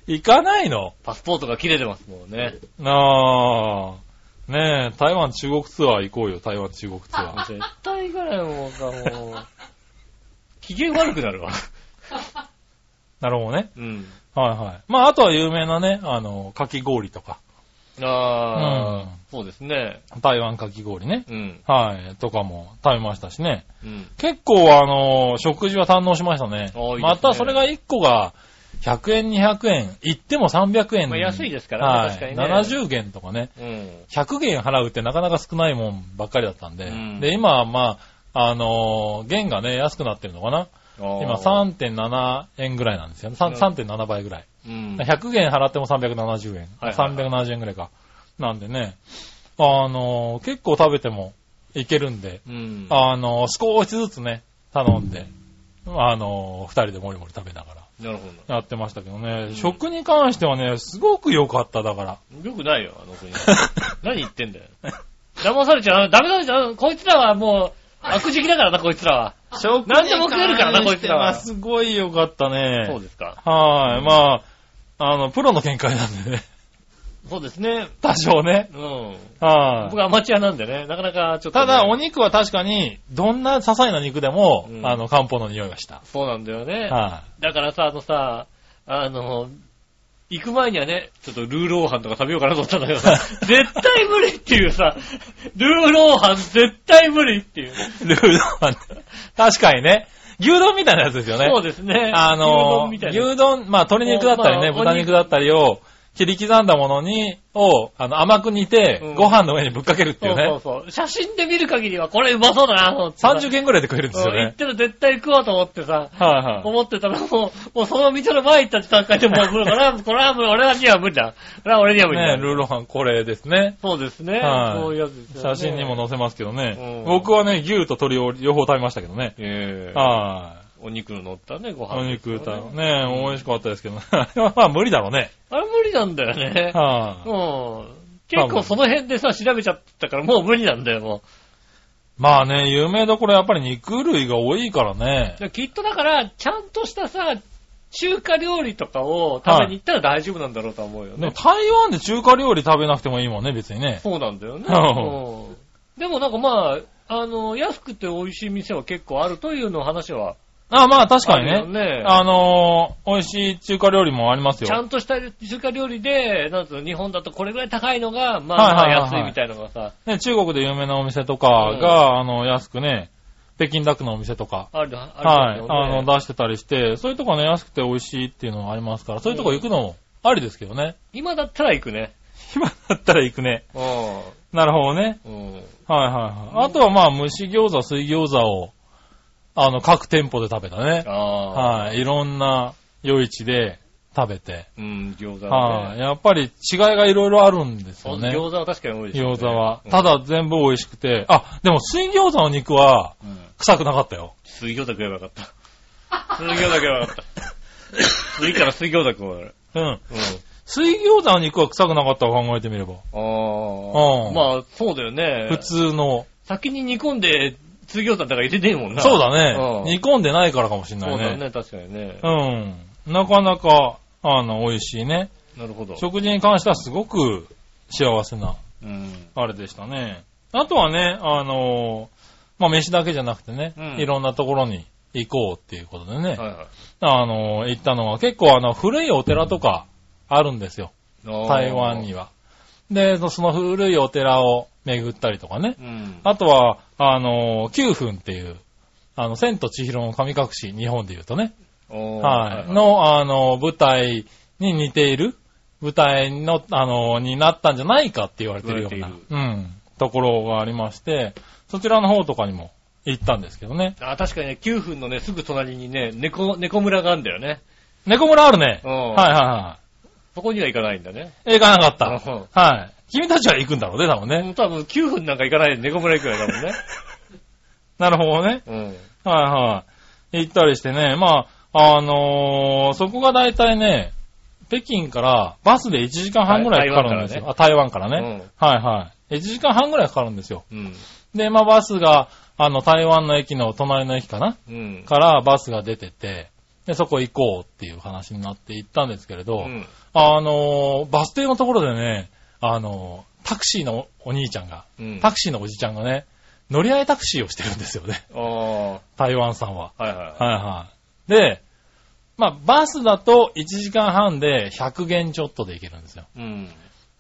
Speaker 3: 行かないの
Speaker 2: パスポートが切れてますもんね。
Speaker 3: なあねえ、台湾中国ツアー行こうよ、台湾中国ツアー。
Speaker 2: 絶対行かないもんか、もう。機嫌悪くなるわ。
Speaker 3: なるほどね。
Speaker 2: うん。
Speaker 3: はいはい。まあ、あとは有名なね、あの、かき氷とか。
Speaker 2: ああ、
Speaker 3: うん
Speaker 2: そうですね。
Speaker 3: 台湾かき氷ね。
Speaker 2: うん。
Speaker 3: はい。とかも食べましたしね。
Speaker 2: うん。
Speaker 3: 結構、あの、食事は堪能しました
Speaker 2: あー
Speaker 3: ね。
Speaker 2: いいですね
Speaker 3: またそれが1個が、100円、200円、行っても300円。
Speaker 2: まあ安いですからね
Speaker 3: はい、
Speaker 2: 確かにね
Speaker 3: 70元とかね。
Speaker 2: うん。
Speaker 3: 100元払うってなかなか少ないもんばっかりだったんで。
Speaker 2: うん
Speaker 3: で、今はまあ、あのー元がね、安くなってるのかな。今
Speaker 2: 今、
Speaker 3: 3.7円ぐらいなんですよね。さん
Speaker 2: うん
Speaker 3: 3.7倍ぐらい。
Speaker 2: うん。
Speaker 3: 100元払っても370円。
Speaker 2: はいはいはい
Speaker 3: 370円ぐらいか。なんでね、あのー結構食べてもいけるんで、
Speaker 2: うん。
Speaker 3: あのー少しずつね、頼んで、あのー二人でもりもり食べながら
Speaker 2: なるほ
Speaker 3: やってましたけどね、
Speaker 2: うん
Speaker 3: 食に関してはね、すごく良かった、だから。
Speaker 2: ど。よくないよ、あの
Speaker 3: <laughs>
Speaker 2: 国。何言ってんだよ。騙されちゃう。ダメだめだめ。こいつらはもう、悪事気だからな、こいつらは。
Speaker 3: 食
Speaker 2: 何でも食えるからなこいつらは
Speaker 3: すごい良かったね。
Speaker 2: そうですか。
Speaker 3: はい、まあ、あの、プロの見解なんで
Speaker 2: <laughs>
Speaker 3: ね、
Speaker 2: そうですね。
Speaker 3: 多少ね。
Speaker 2: うん。
Speaker 3: はい、
Speaker 2: 僕アマチュアなんでね、なかなかちょっとね、
Speaker 3: ただ、お肉は確かに、どんな些細な肉でも、
Speaker 2: うん
Speaker 3: あの、漢方の匂いがした。
Speaker 2: そうなんだよね。
Speaker 3: は
Speaker 2: だからさ、あのさ、あの、行く前にはね、ちょっとルーローハンとか食べようかなと思ったんだけど
Speaker 3: <laughs>
Speaker 2: さ、絶対無理っていうさ、ルーローハン絶対無理っていう。
Speaker 3: い。 <laughs> ルードンはね、確かにね、牛丼みたいなやつですよね。
Speaker 2: そうですね。
Speaker 3: あの、
Speaker 2: 牛丼
Speaker 3: 牛
Speaker 2: みた
Speaker 3: 丼
Speaker 2: いな。
Speaker 3: まあ、鶏肉だったりね、
Speaker 2: まあ
Speaker 3: 豚肉だったりを、切り刻んだものに、を、あの、甘く煮て、
Speaker 2: うん
Speaker 3: ご飯の上にぶっかけるっていう
Speaker 2: そう
Speaker 3: ね。
Speaker 2: そうそう。写真で見る限りはこれうまそうだなと思ってさ。
Speaker 3: 30軒ぐらいで食えるんです
Speaker 2: う
Speaker 3: よ
Speaker 2: ん行っ
Speaker 3: ね。
Speaker 2: てる絶対食おうと思ってさ、
Speaker 3: はいはい。
Speaker 2: 思ってたらもう、もうその店の前行った時段階でもう無理
Speaker 3: <laughs>
Speaker 2: だな。これはもう俺には無理だ。これは俺には無理だ。
Speaker 3: ね、ルーローハンこれですね。
Speaker 2: そうですね。
Speaker 3: はい
Speaker 2: そういうやつですよ
Speaker 3: 写
Speaker 2: ね。
Speaker 3: 真にも載せますけどね。
Speaker 2: うん
Speaker 3: 僕はね、牛と鶏を両方食べましたけどね。
Speaker 2: ええ
Speaker 3: はい。
Speaker 2: お肉の乗ったね、ご
Speaker 3: お
Speaker 2: 飯ですよ
Speaker 3: 肉
Speaker 2: ね、
Speaker 3: 歌う。ねえ、美味しかったですけど、 <laughs> あれはまあ無理だろうね。
Speaker 2: あれ無理なんだよね。
Speaker 3: は
Speaker 2: う
Speaker 3: い
Speaker 2: ん。結構その辺でさ、調べちゃったからもう無理なんだよ、も
Speaker 3: まあね、有名どころやっぱり肉類が多いからね
Speaker 2: う。。できっとだから、ちゃんとしたさ、中華料理とかを食べに行ったら大丈夫なんだろうとは思うよ
Speaker 3: で
Speaker 2: ね。
Speaker 3: も台湾で中華料理食べなくてもいいもんね、別にね。
Speaker 2: そうなんだよね。
Speaker 3: う
Speaker 2: うんでもなんかまあ、あの、安くて美味しい店は結構あるというの話は。
Speaker 3: あまあ確かに
Speaker 2: あるよ
Speaker 3: ね。
Speaker 2: ね。
Speaker 3: あのー、美味しい中華料理もあります
Speaker 2: ちゃ
Speaker 3: よ。
Speaker 2: んとした中華料理で、なんつうの、日本だとこれぐらい高いのが、まあ、
Speaker 3: はいはいはいはい
Speaker 2: まあ安いみたいなのがさ、
Speaker 3: ね、中国で有名なお店とかが、あの、安くね、北京ダックのお店とか。
Speaker 2: ある、あ
Speaker 3: はい
Speaker 2: る。んだよね
Speaker 3: あの、出してたりして、そういうとこね、安くて美味しいっていうのはありますから、そういうとこ行くのもありですけどね。
Speaker 2: 今だったら行くね。
Speaker 3: 今だったら行くね。
Speaker 2: う
Speaker 3: なるほどね。
Speaker 2: ん。うん。
Speaker 3: はいはいはい。あとはまあ、蒸し餃子、水餃子を、あの、各店舗で食べたね。
Speaker 2: ああ。
Speaker 3: はい。いろんな夜市で食べて。
Speaker 2: うん、餃子は
Speaker 3: はい。
Speaker 2: ね。
Speaker 3: やっぱり違いがいろいろあるんです
Speaker 2: そ
Speaker 3: よ
Speaker 2: う
Speaker 3: ね。
Speaker 2: 餃子は確かに多いですよね
Speaker 3: 餃子は
Speaker 2: う。ん
Speaker 3: ただ全部美味しくて。あ、でも水餃子の肉は
Speaker 2: うん。
Speaker 3: 臭くなかったよ。
Speaker 2: 水餃子食えばよかった。水餃子食えばよか
Speaker 3: <laughs>
Speaker 2: った。いいから水餃子食おうよ。
Speaker 3: うん。
Speaker 2: うん。
Speaker 3: 水餃子の肉は臭くなかったを考えてみれ
Speaker 2: あ
Speaker 3: ば。
Speaker 2: あ。
Speaker 3: うん
Speaker 2: まあ、そうだよね。
Speaker 3: 普。通の。
Speaker 2: 先に煮込んで、水餃子だから入れてねえもんな。
Speaker 3: そうだね
Speaker 2: うん。
Speaker 3: 煮込んでないからかもしれな
Speaker 2: そうだ
Speaker 3: いね。
Speaker 2: ね、確かにね。
Speaker 3: うん。なかなか、あの、美味しいね。
Speaker 2: なるほど。
Speaker 3: 食事に関してはすごく幸せな、
Speaker 2: うん。
Speaker 3: あれでしたね。あとはね、あのーまあ、飯だけじゃなくてね、
Speaker 2: うん
Speaker 3: いろんなところに行こうっていうことでね、
Speaker 2: はいはい
Speaker 3: あのー行ったのは結構あの、古いお寺とかあるんですよ、
Speaker 2: あー。
Speaker 3: 台湾には。で、その古いお寺を巡ったりとかね。
Speaker 2: うん。
Speaker 3: あとは、あのー、九分っていう、あの、千と千尋の神隠し、日本で言うとね、
Speaker 2: おー
Speaker 3: はい。、の、あの、舞台に似ている、舞台の、あの、になったんじゃないかって言われてるよう
Speaker 2: 言わ
Speaker 3: な、
Speaker 2: れてい
Speaker 3: うん、ところがありまして、そちらの方とかにも行ったんですけどね。
Speaker 2: あ、確かにね、9分のね、すぐ隣にね、猫、猫村があるんだよね。
Speaker 3: 猫村あるね。
Speaker 2: うん
Speaker 3: はいはいは
Speaker 2: そこには行かないんだね。
Speaker 3: い。行かなか
Speaker 2: う
Speaker 3: った。はい。君たちは行くんだろうね、多分ね。
Speaker 2: もう多分9分なんか行かないで猫村行くよ、多分ね。
Speaker 3: なるほど <laughs> ね。
Speaker 2: うん。
Speaker 3: はいはい。行ったりしてね、まあ、あのーそこが大体ね、北京からバスで1時間半ぐらいかかるんですよ。あ、台湾からね。はいはい。1時間半ぐらいかかるんですよ。
Speaker 2: うん。
Speaker 3: で、まあバスが、あの、台湾の駅の隣の駅かな
Speaker 2: うん。
Speaker 3: からバスが出てて、で、そこ行こうっていう話になって行ったんですけれど、
Speaker 2: うん。
Speaker 3: あのーバス停のところでね、あのータクシーのお兄ちゃんが、
Speaker 2: うん。
Speaker 3: タクシーのおじちゃんがね、乗り合いタクシーをしてるんですよね。
Speaker 2: ああ。は
Speaker 3: 台湾さんは。
Speaker 2: いはい。
Speaker 3: はいはい。で、まあ、バスだと1時間半で100元ちょっとで行けるんですよ。
Speaker 2: うん。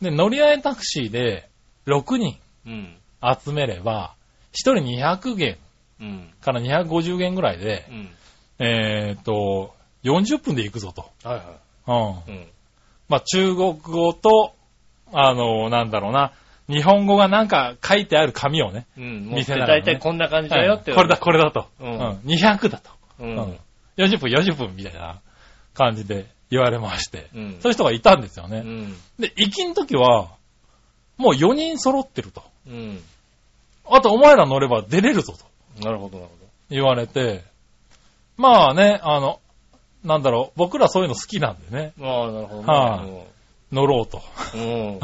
Speaker 3: で、乗り合いタクシーで6人
Speaker 2: うん。
Speaker 3: 集めれば、1人200元
Speaker 2: うん。
Speaker 3: から250元ぐらいで
Speaker 2: う、ん。
Speaker 3: えーっと、40分で行くぞと。
Speaker 2: はいは
Speaker 3: うん。
Speaker 2: い。うん。
Speaker 3: まあ、中国語と、あの、なんだろうな、日本語がなんか書いてある紙をね、
Speaker 2: うん。
Speaker 3: 見せながら
Speaker 2: 大
Speaker 3: ね
Speaker 2: 体こんな感じだよって。
Speaker 3: はいこれだ、。これだと。
Speaker 2: うん
Speaker 3: うん。200だと。
Speaker 2: う
Speaker 3: うん
Speaker 2: ん。。
Speaker 3: 40分、40分みたいな感じで言われまして。
Speaker 2: うん
Speaker 3: そういう人がいたんですよ
Speaker 2: う
Speaker 3: ね。
Speaker 2: ん。
Speaker 3: で、行きん時は、もう4人揃ってると。
Speaker 2: うん。
Speaker 3: あと、お前ら乗れば出れるぞと
Speaker 2: なるほど、なる
Speaker 3: 言われて、まあね、あの、なんだろう、僕らそういうの好きなんでね、
Speaker 2: ほど。ああ、なるほどね。
Speaker 3: は乗ろうと。 <laughs>
Speaker 2: うん。うん。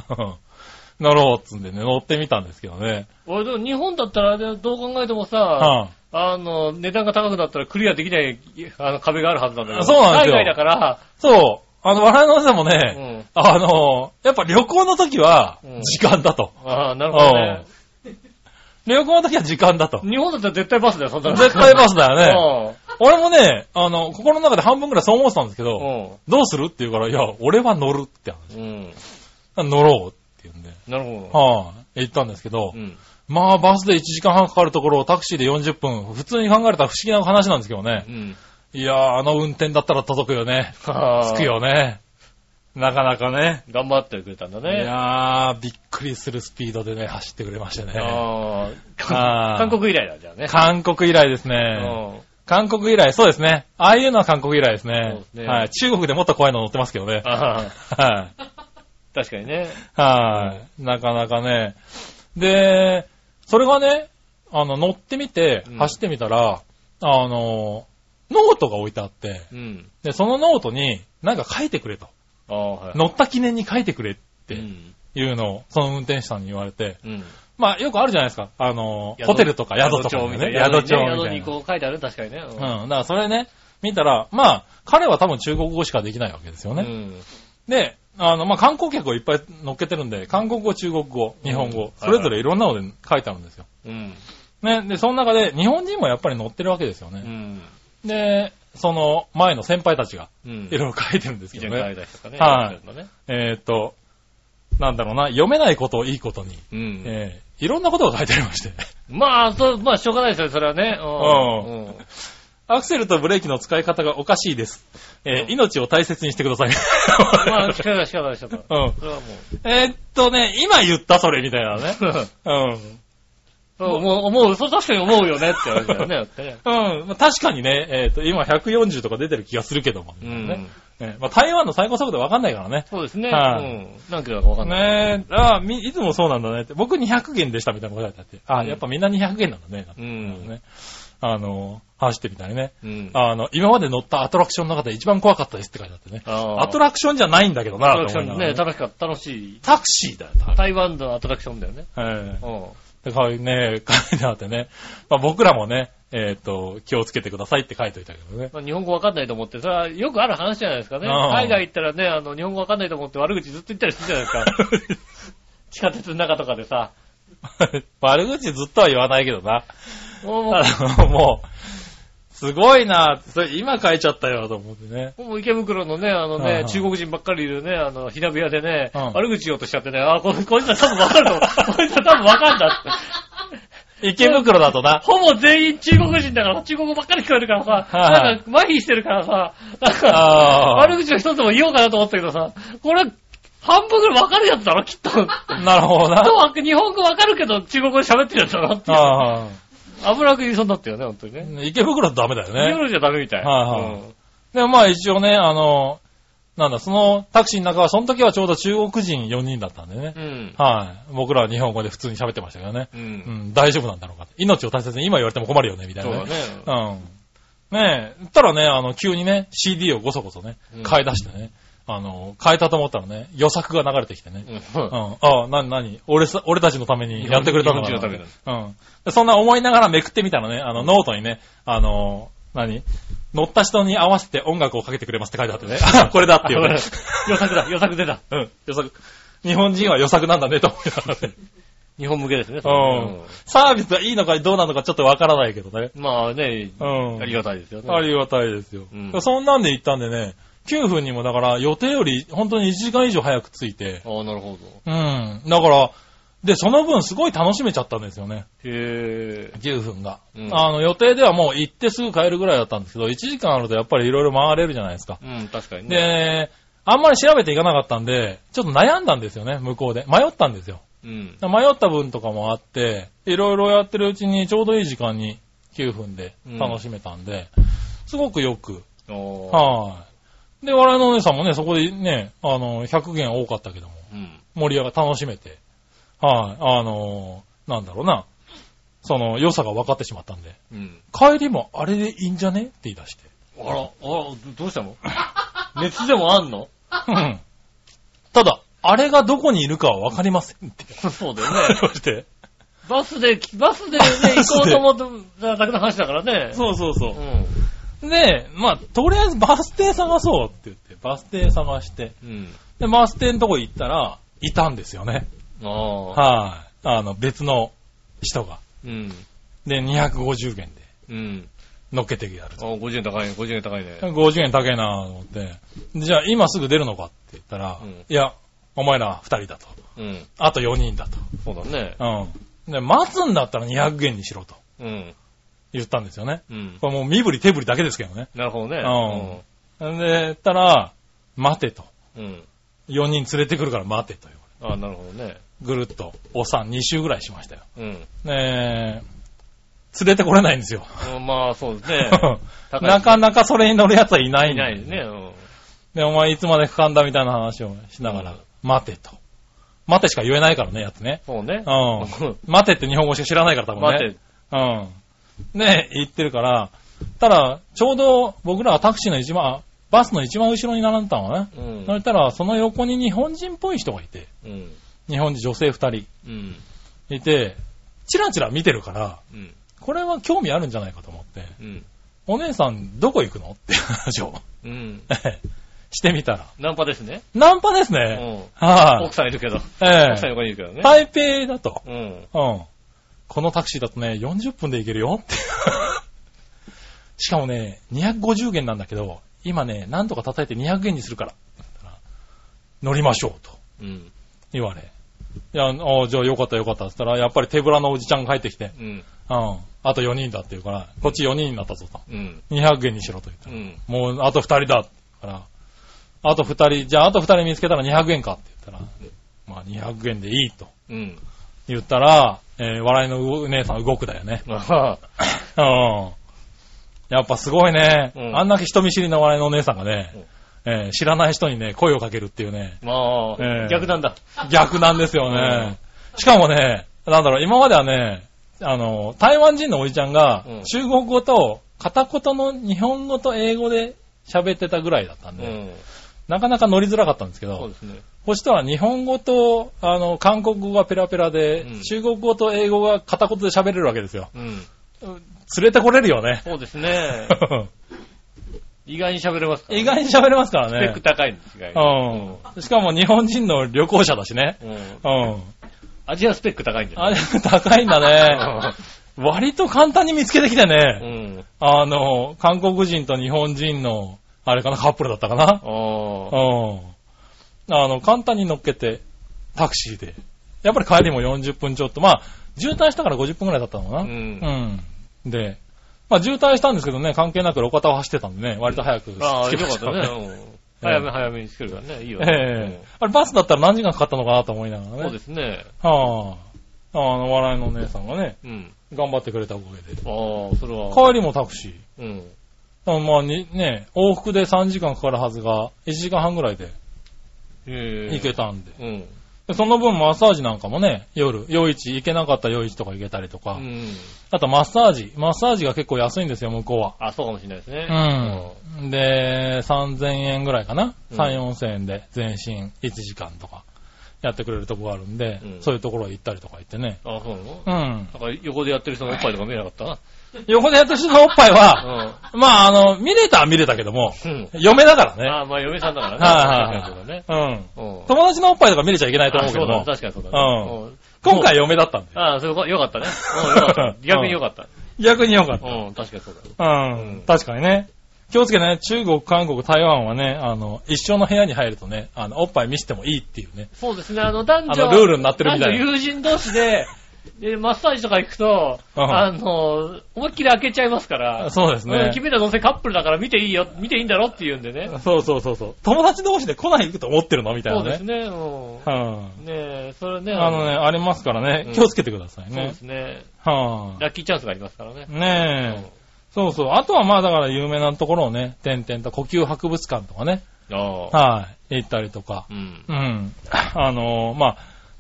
Speaker 3: 乗ろうっつんでね、乗ってみたんですけどね。
Speaker 4: 俺でも日本だったらあれどう考えてもさ、
Speaker 3: は
Speaker 4: あの、値段が高くなったらクリアできないあの壁があるはずなんだけど。
Speaker 3: そうなんですよ
Speaker 4: 海外だから、
Speaker 3: いそう。あの、笑いのおじさんも
Speaker 4: う
Speaker 3: ね、
Speaker 4: ん。
Speaker 3: あの、やっぱ旅行の時は
Speaker 4: うん、
Speaker 3: 時間だと。
Speaker 4: ああ、なるほどね。
Speaker 3: 旅行の時は時間だと。
Speaker 4: 日本だったら絶対バスだよ、そんなの
Speaker 3: 絶対バスだよね。
Speaker 4: ね。
Speaker 3: 俺もね、あの、心の中で半分くらいそう思ってたんですけど、
Speaker 2: う
Speaker 3: どうするって言うから、いや、俺は乗るって話。
Speaker 2: ん。うん。
Speaker 3: 乗ろうって言うんで、
Speaker 2: なるほ
Speaker 3: はい、行ったんですけど
Speaker 2: ど。う、ん。
Speaker 3: まあ、バスで1時間半かかるところをタクシーで40分、普通に考えたら不思議な話なんですけどね
Speaker 2: う。ん。
Speaker 3: いやー、あの運転だったら届くよね。
Speaker 2: は
Speaker 3: 着く。よね。なかなかね。
Speaker 2: 頑張ってくれたんだ
Speaker 3: い
Speaker 2: ね。
Speaker 3: やー、びっくりするスピードでね、走ってくれましてね。
Speaker 2: ああ。
Speaker 3: あー
Speaker 2: 韓国以来だ、じゃあね。
Speaker 3: 韓国以来です
Speaker 2: う
Speaker 3: ね。
Speaker 2: ん。
Speaker 3: 韓国以来、そうですね。ああいうのは韓国以来ですね
Speaker 2: そう。ですね
Speaker 3: はい。中国でもっと怖いの乗ってますけどね。
Speaker 2: ああ。
Speaker 3: はい。
Speaker 2: <laughs> 確かにね。
Speaker 3: はい。なかなかね。で、それがね、あの、乗ってみて
Speaker 2: うん、
Speaker 3: 走ってみたら、あの、ノートが置いてあって、
Speaker 2: うん。
Speaker 3: で、そのノートに、なんか書いてくれと。
Speaker 2: ああ、はい。
Speaker 3: 乗った記念に書いてくれっ
Speaker 2: う
Speaker 3: て
Speaker 2: ん。
Speaker 3: いうのを、その運転手さんに言われて、
Speaker 2: うん。
Speaker 3: まあ、よくあるじゃないですか。あの、
Speaker 2: 宿
Speaker 3: ホテルとか宿とか
Speaker 2: み
Speaker 3: で
Speaker 2: たい
Speaker 3: ね。
Speaker 2: な。
Speaker 3: 宿帳
Speaker 2: 宿に
Speaker 3: みたい
Speaker 2: こう書いてある確かにね。うん
Speaker 3: な。うん。だからそれね、見たら、まあ、彼は多分中国語しかできないわけですよね。
Speaker 2: うん
Speaker 3: で、あの、まあ、観光客をいっぱい乗っけてるんで、韓国語、中国語、日本語、それぞれいろんなので書いてあるんですよ。
Speaker 2: うん。
Speaker 3: ね、で、その中で日本人もやっぱり乗ってるわけですよ
Speaker 2: う
Speaker 3: ね。
Speaker 2: ん。
Speaker 3: で、その前の先輩たちが
Speaker 2: うん。
Speaker 3: いろいろ書いてるんです
Speaker 2: 以
Speaker 3: けど
Speaker 2: 前書い
Speaker 3: ね。
Speaker 2: た人とかね。
Speaker 3: はい
Speaker 2: い。
Speaker 3: えーっと、なんだろうな、読めないことをいいことに、
Speaker 2: うん。
Speaker 3: えーいろんなことが書いてありまして。
Speaker 2: まあ、そう、まあ、しょうがないですよ、それはね。
Speaker 3: うん
Speaker 2: うん。
Speaker 3: <laughs> アクセルとブレーキの使い方がおかしいです。えー
Speaker 2: うん
Speaker 3: 命を大切にしてくだ <laughs> さい。
Speaker 2: まあ、仕方ない、仕方ない、仕方ない。
Speaker 3: うん。
Speaker 2: それはもう。
Speaker 3: えーっとね、今言ったそれみたい
Speaker 2: <laughs>
Speaker 3: なね。うん。
Speaker 2: そう、もう、思う、そう、確かに思うよねって言われたよね、だってね。
Speaker 3: うん、まあ、確かにね、えっ、と、今140とか出てる気がするけども、
Speaker 2: う
Speaker 3: ね
Speaker 2: ん。
Speaker 3: えまあ、台湾の最高速度わかんないからね。
Speaker 2: そうですね。
Speaker 3: はい
Speaker 2: うん。何キロだかわかんない。
Speaker 3: ねえ、ああみ、いつもそうなんだねって。僕200元でしたみたいなことだったって。ああ、やっぱみんな200元なんだね。
Speaker 2: う
Speaker 3: なんか
Speaker 2: ん。
Speaker 3: ねあの、走ってみたりね。
Speaker 2: うん。
Speaker 3: あの、今まで乗ったアトラクションの中で一番怖かったですって書いてあってね。
Speaker 2: あ
Speaker 3: アト
Speaker 2: ラ
Speaker 3: ラクションじゃないんだけどな、
Speaker 2: アトラク
Speaker 3: と
Speaker 2: シ
Speaker 3: 思い
Speaker 2: ョ
Speaker 3: な
Speaker 2: ン
Speaker 3: がら
Speaker 2: ね、
Speaker 3: ね
Speaker 2: 楽しかった、楽しい。
Speaker 3: タクシーだよ、タクシ
Speaker 2: 台湾のアトラクションだよね。
Speaker 3: ー。ええ
Speaker 2: うん。
Speaker 3: でかいね、書いてあってね。まあ、僕らもね、えっ、と、気をつけてくださいって書いておいたけど
Speaker 2: <laughs>
Speaker 3: ね。
Speaker 2: まあ、日本語わかんないと思って、それはよくある話じゃないですかね。
Speaker 3: うん
Speaker 2: 海外行ったらね、あの、日本語わかんないと思って悪口ずっと言ったりするじゃないです <laughs> か。地下鉄の中とかで <laughs> さ。
Speaker 3: 悪口ずっとは言わないけどな。
Speaker 2: もう、も
Speaker 3: あのもう、すごいな、それ今書いちゃったよと思ってね。
Speaker 2: うもう池袋のね、あの
Speaker 3: はいは
Speaker 2: ね
Speaker 3: い、
Speaker 2: 中国人ばっかりいるね、あの、火鍋屋でね、
Speaker 3: うん
Speaker 2: 悪口言おうとしちゃってね、あ、ここいつは多分わかると思う。こいつは多分わかんだって。
Speaker 3: 池袋だとな。
Speaker 2: ほぼ全員中国人だから、中国語ばっかり聞こえるからさ、
Speaker 3: はいはい
Speaker 2: なんか麻痺してるからさ、なんか、
Speaker 3: あー
Speaker 2: 悪口を一つも言おうかなと思ったけどさ、これ、半分ぐらいわかるやつだろ、きっと。
Speaker 3: なるほどな。
Speaker 2: と日本語わかるけど、中国語で喋ってるやつだなっていう。
Speaker 3: ああ
Speaker 2: 危なく言いそうになったよね、本当にね。
Speaker 3: 池袋だとダメだよね。
Speaker 2: 夜じゃダメみたい。
Speaker 3: はいはいでもまあ一応ね、あの、なんだ、そのタクシーの中は、その時はちょうど中国人4人だったんでね
Speaker 2: う。ん。
Speaker 3: はい。僕らは日本語で普通に喋ってましたけどね。
Speaker 2: う。
Speaker 3: うんん、大丈夫なんだろうかって。命を大切に今言われても困るよね、みたい
Speaker 2: そう
Speaker 3: な
Speaker 2: だね
Speaker 3: ね。。うん。ねえ、たらね、あの、急にね、CD をごそごそね
Speaker 2: うん、
Speaker 3: 変え出してね、あの、変えたと思ったらね、予策が流れてきてね、
Speaker 2: うん
Speaker 3: うん。ああ、なになに俺さ、俺たちのためにやってくれたのか
Speaker 2: 日
Speaker 3: な
Speaker 2: 本人 <laughs> のため
Speaker 3: うんで。そんな思いながらめくってみたらね、あの、ノートにね、あの、何乗った人に合わ
Speaker 2: <laughs>
Speaker 3: せて音楽をかけてくれますって書いてあってね。あこれだっていうね。
Speaker 2: 予作だ、予作出た。
Speaker 3: うん。予測。日本人は予策なんだねと思いながらね。
Speaker 2: 日本向けですね。それは
Speaker 3: うん。サービスがいいのかどうなのかちょっとわからないけどね。
Speaker 2: うんまあね、
Speaker 3: うん。
Speaker 2: ありがたいですよね。
Speaker 3: ありがたいですよ。
Speaker 2: うん
Speaker 3: そんなんで行ったんでね、9分にもだから予定より本当に1時間以上早く着いて、
Speaker 2: ああ、なるほど。
Speaker 3: うん。だから、で、その分すごい楽しめちゃったんですよね。
Speaker 2: へえ。
Speaker 3: 9分が。
Speaker 2: うん
Speaker 3: あの、予定ではもう行ってすぐ帰るぐらいだったんですけど、1時間あるとやっぱりいろいろ回れるじゃないですか。
Speaker 2: うん、確かにね。
Speaker 3: で、あんまり調べていかなかったんで、ちょっと悩んだんですよね、向こうで。迷ったんですよ。
Speaker 2: うん。
Speaker 3: 迷った分とかもあって、いろいろやってるうちにちょうどいい時間に9分で楽しめたんで、すごくよく、
Speaker 2: おー
Speaker 3: はい。で、我々のお姉さんもね、そこでね、あの、100件多かったけども、
Speaker 2: うん。
Speaker 3: 盛り上が、楽しめて、はい、あの、なんだろうな、その、良さが分かってしまったんで、
Speaker 2: うん。
Speaker 3: 帰りもあれでいいんじゃねって言い出して。
Speaker 2: あら、あら、どどうした <laughs> の熱でもあんの <laughs>
Speaker 3: うんただ、あれがどこにいるかは分かりませんって <laughs>
Speaker 2: そうだ
Speaker 3: 言
Speaker 2: よね。
Speaker 3: われて。
Speaker 2: <laughs> バスで、 <laughs> バスでね、行こうと思っただけの話だからね。
Speaker 3: そうそうそう
Speaker 2: う。ん。
Speaker 3: で、まあ、とりあえずバス停探そうって言って、バス停探して、
Speaker 2: うん。
Speaker 3: で、バス停のとこ行ったら、いたんですよね。
Speaker 2: ああ。
Speaker 3: はい。あの、別の人が。
Speaker 2: うん。
Speaker 3: で、250円で
Speaker 2: うん。
Speaker 3: 乗っけてやる
Speaker 2: ああ、50円高いね、50円高いね。
Speaker 3: と。50円高えなぁと思って、じゃあ今すぐ出るのかって言ったら、
Speaker 2: うん
Speaker 3: いや、お前ら2人だと。
Speaker 2: うん。
Speaker 3: あと4人だ
Speaker 2: そうだね。
Speaker 3: と。うん。で、待つんだったら200円にしろと
Speaker 2: うん。
Speaker 3: 言ったんですよね。
Speaker 2: うん。
Speaker 3: これもう身振り手振りだけですけどね。
Speaker 2: なるほどね。
Speaker 3: うん。で、言ったら、待てと。
Speaker 2: うん。うん。
Speaker 3: 4人連れてくるから待てという。
Speaker 2: ああ、なるほどね。
Speaker 3: ぐるっと、お産2周ぐらいしましたよ。
Speaker 2: うん。
Speaker 3: ねえ、連れてこれないんですよ。。
Speaker 2: うんまあ、そうですね <laughs> 高い
Speaker 3: <laughs> なかなかそれに乗る奴はいない
Speaker 2: い
Speaker 3: ん
Speaker 2: な
Speaker 3: だ
Speaker 2: いですね。うん。
Speaker 3: で、お前いつまでかかんだみたいな話をしなが
Speaker 2: う
Speaker 3: ら
Speaker 2: ん、
Speaker 3: 待てと。待てしか言えないからね、やつね。
Speaker 2: そうね。 <laughs>
Speaker 3: うん。待てって日本語しか知らないから多分ね。
Speaker 2: 待て。
Speaker 3: うん。ねえ、言ってるから、ただ、ちょうど僕らはタクシーの一番、あバスの一番後ろに並んでたのね。
Speaker 2: う
Speaker 3: そ
Speaker 2: ん。
Speaker 3: したら、その横に日本人っぽい人がいて、
Speaker 2: うん。
Speaker 3: 日本人女性二人
Speaker 2: うん。
Speaker 3: いて、チラチラ見てるから、
Speaker 2: うん。
Speaker 3: これは興味あるんじゃないかと思って、
Speaker 2: うん。
Speaker 3: お姉さんどこ行くのって話を
Speaker 2: うん。
Speaker 3: してみたら。
Speaker 2: ナンパですね。
Speaker 3: ナンパです
Speaker 2: う
Speaker 3: ね。
Speaker 2: ん。
Speaker 3: はい、
Speaker 2: 奥さんいるけど。
Speaker 3: え
Speaker 2: 奥さん横にいるけど
Speaker 3: え
Speaker 2: ね。
Speaker 3: 台北だと。
Speaker 2: うん。
Speaker 3: うん。このタクシーだとね、40分で行けるよって。 <laughs> しかもね、250元なんだけど、今ね、なんとか叩いて200元にするから。乗りましょうと
Speaker 2: うん。
Speaker 3: 言われ。いや、あじゃあよかったよかったって言ったら、やっぱり手ぶらのおじちゃんが帰ってきて、
Speaker 2: うん。
Speaker 3: うん、あと4人だって言うから、こっち4人になったぞと。
Speaker 2: うん。
Speaker 3: 200円にしろと言った
Speaker 2: う
Speaker 3: ら、
Speaker 2: ん。
Speaker 3: もうあと2人だって言うから、あと2人、じゃああと2人見つけたら200円かって言ったら、まあ200円でいいと
Speaker 2: うん。
Speaker 3: 言ったら、えー笑いのお姉さん動くだよね。
Speaker 2: まあ、
Speaker 3: うん。やっぱすごいね、
Speaker 2: うん
Speaker 3: あんだけ人見知りの笑いのお姉さんがね、えー知らない人にね、声をかけるっていうね、
Speaker 2: ま
Speaker 3: ええ
Speaker 2: あ、逆なんだ。
Speaker 3: 逆なんですよね。しかもね、なんだろう、今まではね、あの、台湾人のおじちゃんが
Speaker 2: うん、
Speaker 3: 中国語と片言の日本語と英語で喋ってたぐらいだったん
Speaker 2: う
Speaker 3: で、
Speaker 2: ん。
Speaker 3: なかなか乗りづらかったんですけ
Speaker 2: そう
Speaker 3: ど
Speaker 2: で、すね。
Speaker 3: そしたら日本語と、あの、韓国語がペラペラで、
Speaker 2: うん
Speaker 3: 中国語と英語が片言で喋れるわけですよ。
Speaker 2: うん。
Speaker 3: 連れてこれるよね。
Speaker 2: そうですね。意外に喋れますからね
Speaker 3: <laughs> 意外に喋れますから
Speaker 2: スペック
Speaker 3: ね。
Speaker 2: 高いんです、意外に。
Speaker 3: うん。しかも日本人の旅行者だしね。
Speaker 2: うん。
Speaker 3: うん。
Speaker 2: アジアスペック高いんだよ
Speaker 3: あ
Speaker 2: ね。 <laughs>
Speaker 3: れ、高いんだね。割と簡単に見つけてきて
Speaker 2: う
Speaker 3: ね。
Speaker 2: ん。
Speaker 3: あの、韓国人と日本人の、あれかな、カップルだったかな。う
Speaker 2: ああ。
Speaker 3: ん。あの、簡単に乗っけて、タクシーで。やっぱり帰りも40分ちょっと。まあ、渋滞したから50分くらいだったのかな。
Speaker 2: う。
Speaker 3: うんん。で、まあ渋滞したんですけどね、関係なく路肩を走ってたんでね、割と早く着き
Speaker 2: あ
Speaker 3: ま
Speaker 2: あ、よかっ
Speaker 3: したたね。
Speaker 2: ね。うん早め早めに作るからね、いいよ
Speaker 3: え
Speaker 2: ね。
Speaker 3: えあれバスだったら何時間かかったのかなと思いながら
Speaker 2: うんそう
Speaker 3: ね。
Speaker 2: ですね。
Speaker 3: はあ。あの、笑いのお姉さんがね、
Speaker 2: うん。
Speaker 3: 頑張ってくれたおかげで。
Speaker 2: ああ、それは。
Speaker 3: 帰りもタクシー。
Speaker 2: うん。
Speaker 3: あまあに、ね、往復で3時間かかるはずが、1時間半ぐらいで
Speaker 2: ええ
Speaker 3: 行け。たんで。
Speaker 2: うん。
Speaker 3: でその分マッサージなんかもね、夜、夜市、行けなかった夜市とか行けたりと
Speaker 2: う
Speaker 3: か。
Speaker 2: ん。
Speaker 3: あとマッサージ。マッサージが結構安いんですよ、向こうは。
Speaker 2: あ、そうかもしれないですね。
Speaker 3: うん。で、3000円ぐらいかな。
Speaker 2: うん
Speaker 3: 3、4000円で、全身1時間とか。やってくれるとこがあるんで、
Speaker 2: うん
Speaker 3: そういうところへ行ったりとか行ってね。
Speaker 2: あ、そうなの
Speaker 3: う
Speaker 2: なん
Speaker 3: ん。
Speaker 2: か横でやってる人のおっぱいとか見えなかっ
Speaker 3: 横でやった人のおっぱい
Speaker 2: た
Speaker 3: は、
Speaker 2: な。
Speaker 3: まあ、あの、見れたは見れたけども、
Speaker 2: うん。
Speaker 3: 嫁だからね。
Speaker 2: ああ、まあ嫁さんだからね。
Speaker 3: はいはいはい
Speaker 2: 確かにそうだね。
Speaker 3: う
Speaker 2: う
Speaker 3: ん。
Speaker 2: ん。
Speaker 3: 友達のおっぱいとか見れちゃいけないと
Speaker 2: あ
Speaker 3: 思うけ
Speaker 2: そう
Speaker 3: ど
Speaker 2: だね。
Speaker 3: も、
Speaker 2: 確かにそうだね。うん
Speaker 3: 今回嫁だったんで。
Speaker 2: ああ、そうか、よかったね。うん、よかった。逆によかった。
Speaker 3: 逆によかった。
Speaker 2: うん、確かにそうだ。
Speaker 3: う
Speaker 2: うんん。
Speaker 3: 確かにね。気をつけてね、中国、韓国、台湾はね、あの、一緒の部屋に入るとね、あの、おっぱい見せてもいいっていうね。
Speaker 2: そうですね、あの、男
Speaker 3: あ
Speaker 2: 女、
Speaker 3: のルールになってるみたいな
Speaker 2: 男女友人同士で、で、マッサージとか行くと、
Speaker 3: うん
Speaker 2: あの、思いっきり開けちゃいますから、
Speaker 3: そうです
Speaker 2: うん
Speaker 3: ね。
Speaker 2: 君らどうせカップルだから見ていいよ、見ていいんだろって言うんでね。
Speaker 3: そうそうそうそう。友達同士で来ないと思ってるのみたい
Speaker 2: そ
Speaker 3: な
Speaker 2: うです
Speaker 3: ね。
Speaker 2: ね、うん。
Speaker 3: うん。
Speaker 2: ねえ、それね、
Speaker 3: あのね、ありますから
Speaker 2: う
Speaker 3: ね、
Speaker 2: ん
Speaker 3: 気をつけてください
Speaker 2: そうで
Speaker 3: ね
Speaker 2: す。ね、
Speaker 3: は
Speaker 2: ラッキーチャンスがありますからね
Speaker 3: い。。ねえ。そうそう。あとはまあだから有名なところをね、点々と呼吸博物館とかね。
Speaker 2: ああ。
Speaker 3: はい。行ったりとか。
Speaker 2: うん。
Speaker 3: うん。あのーまあ、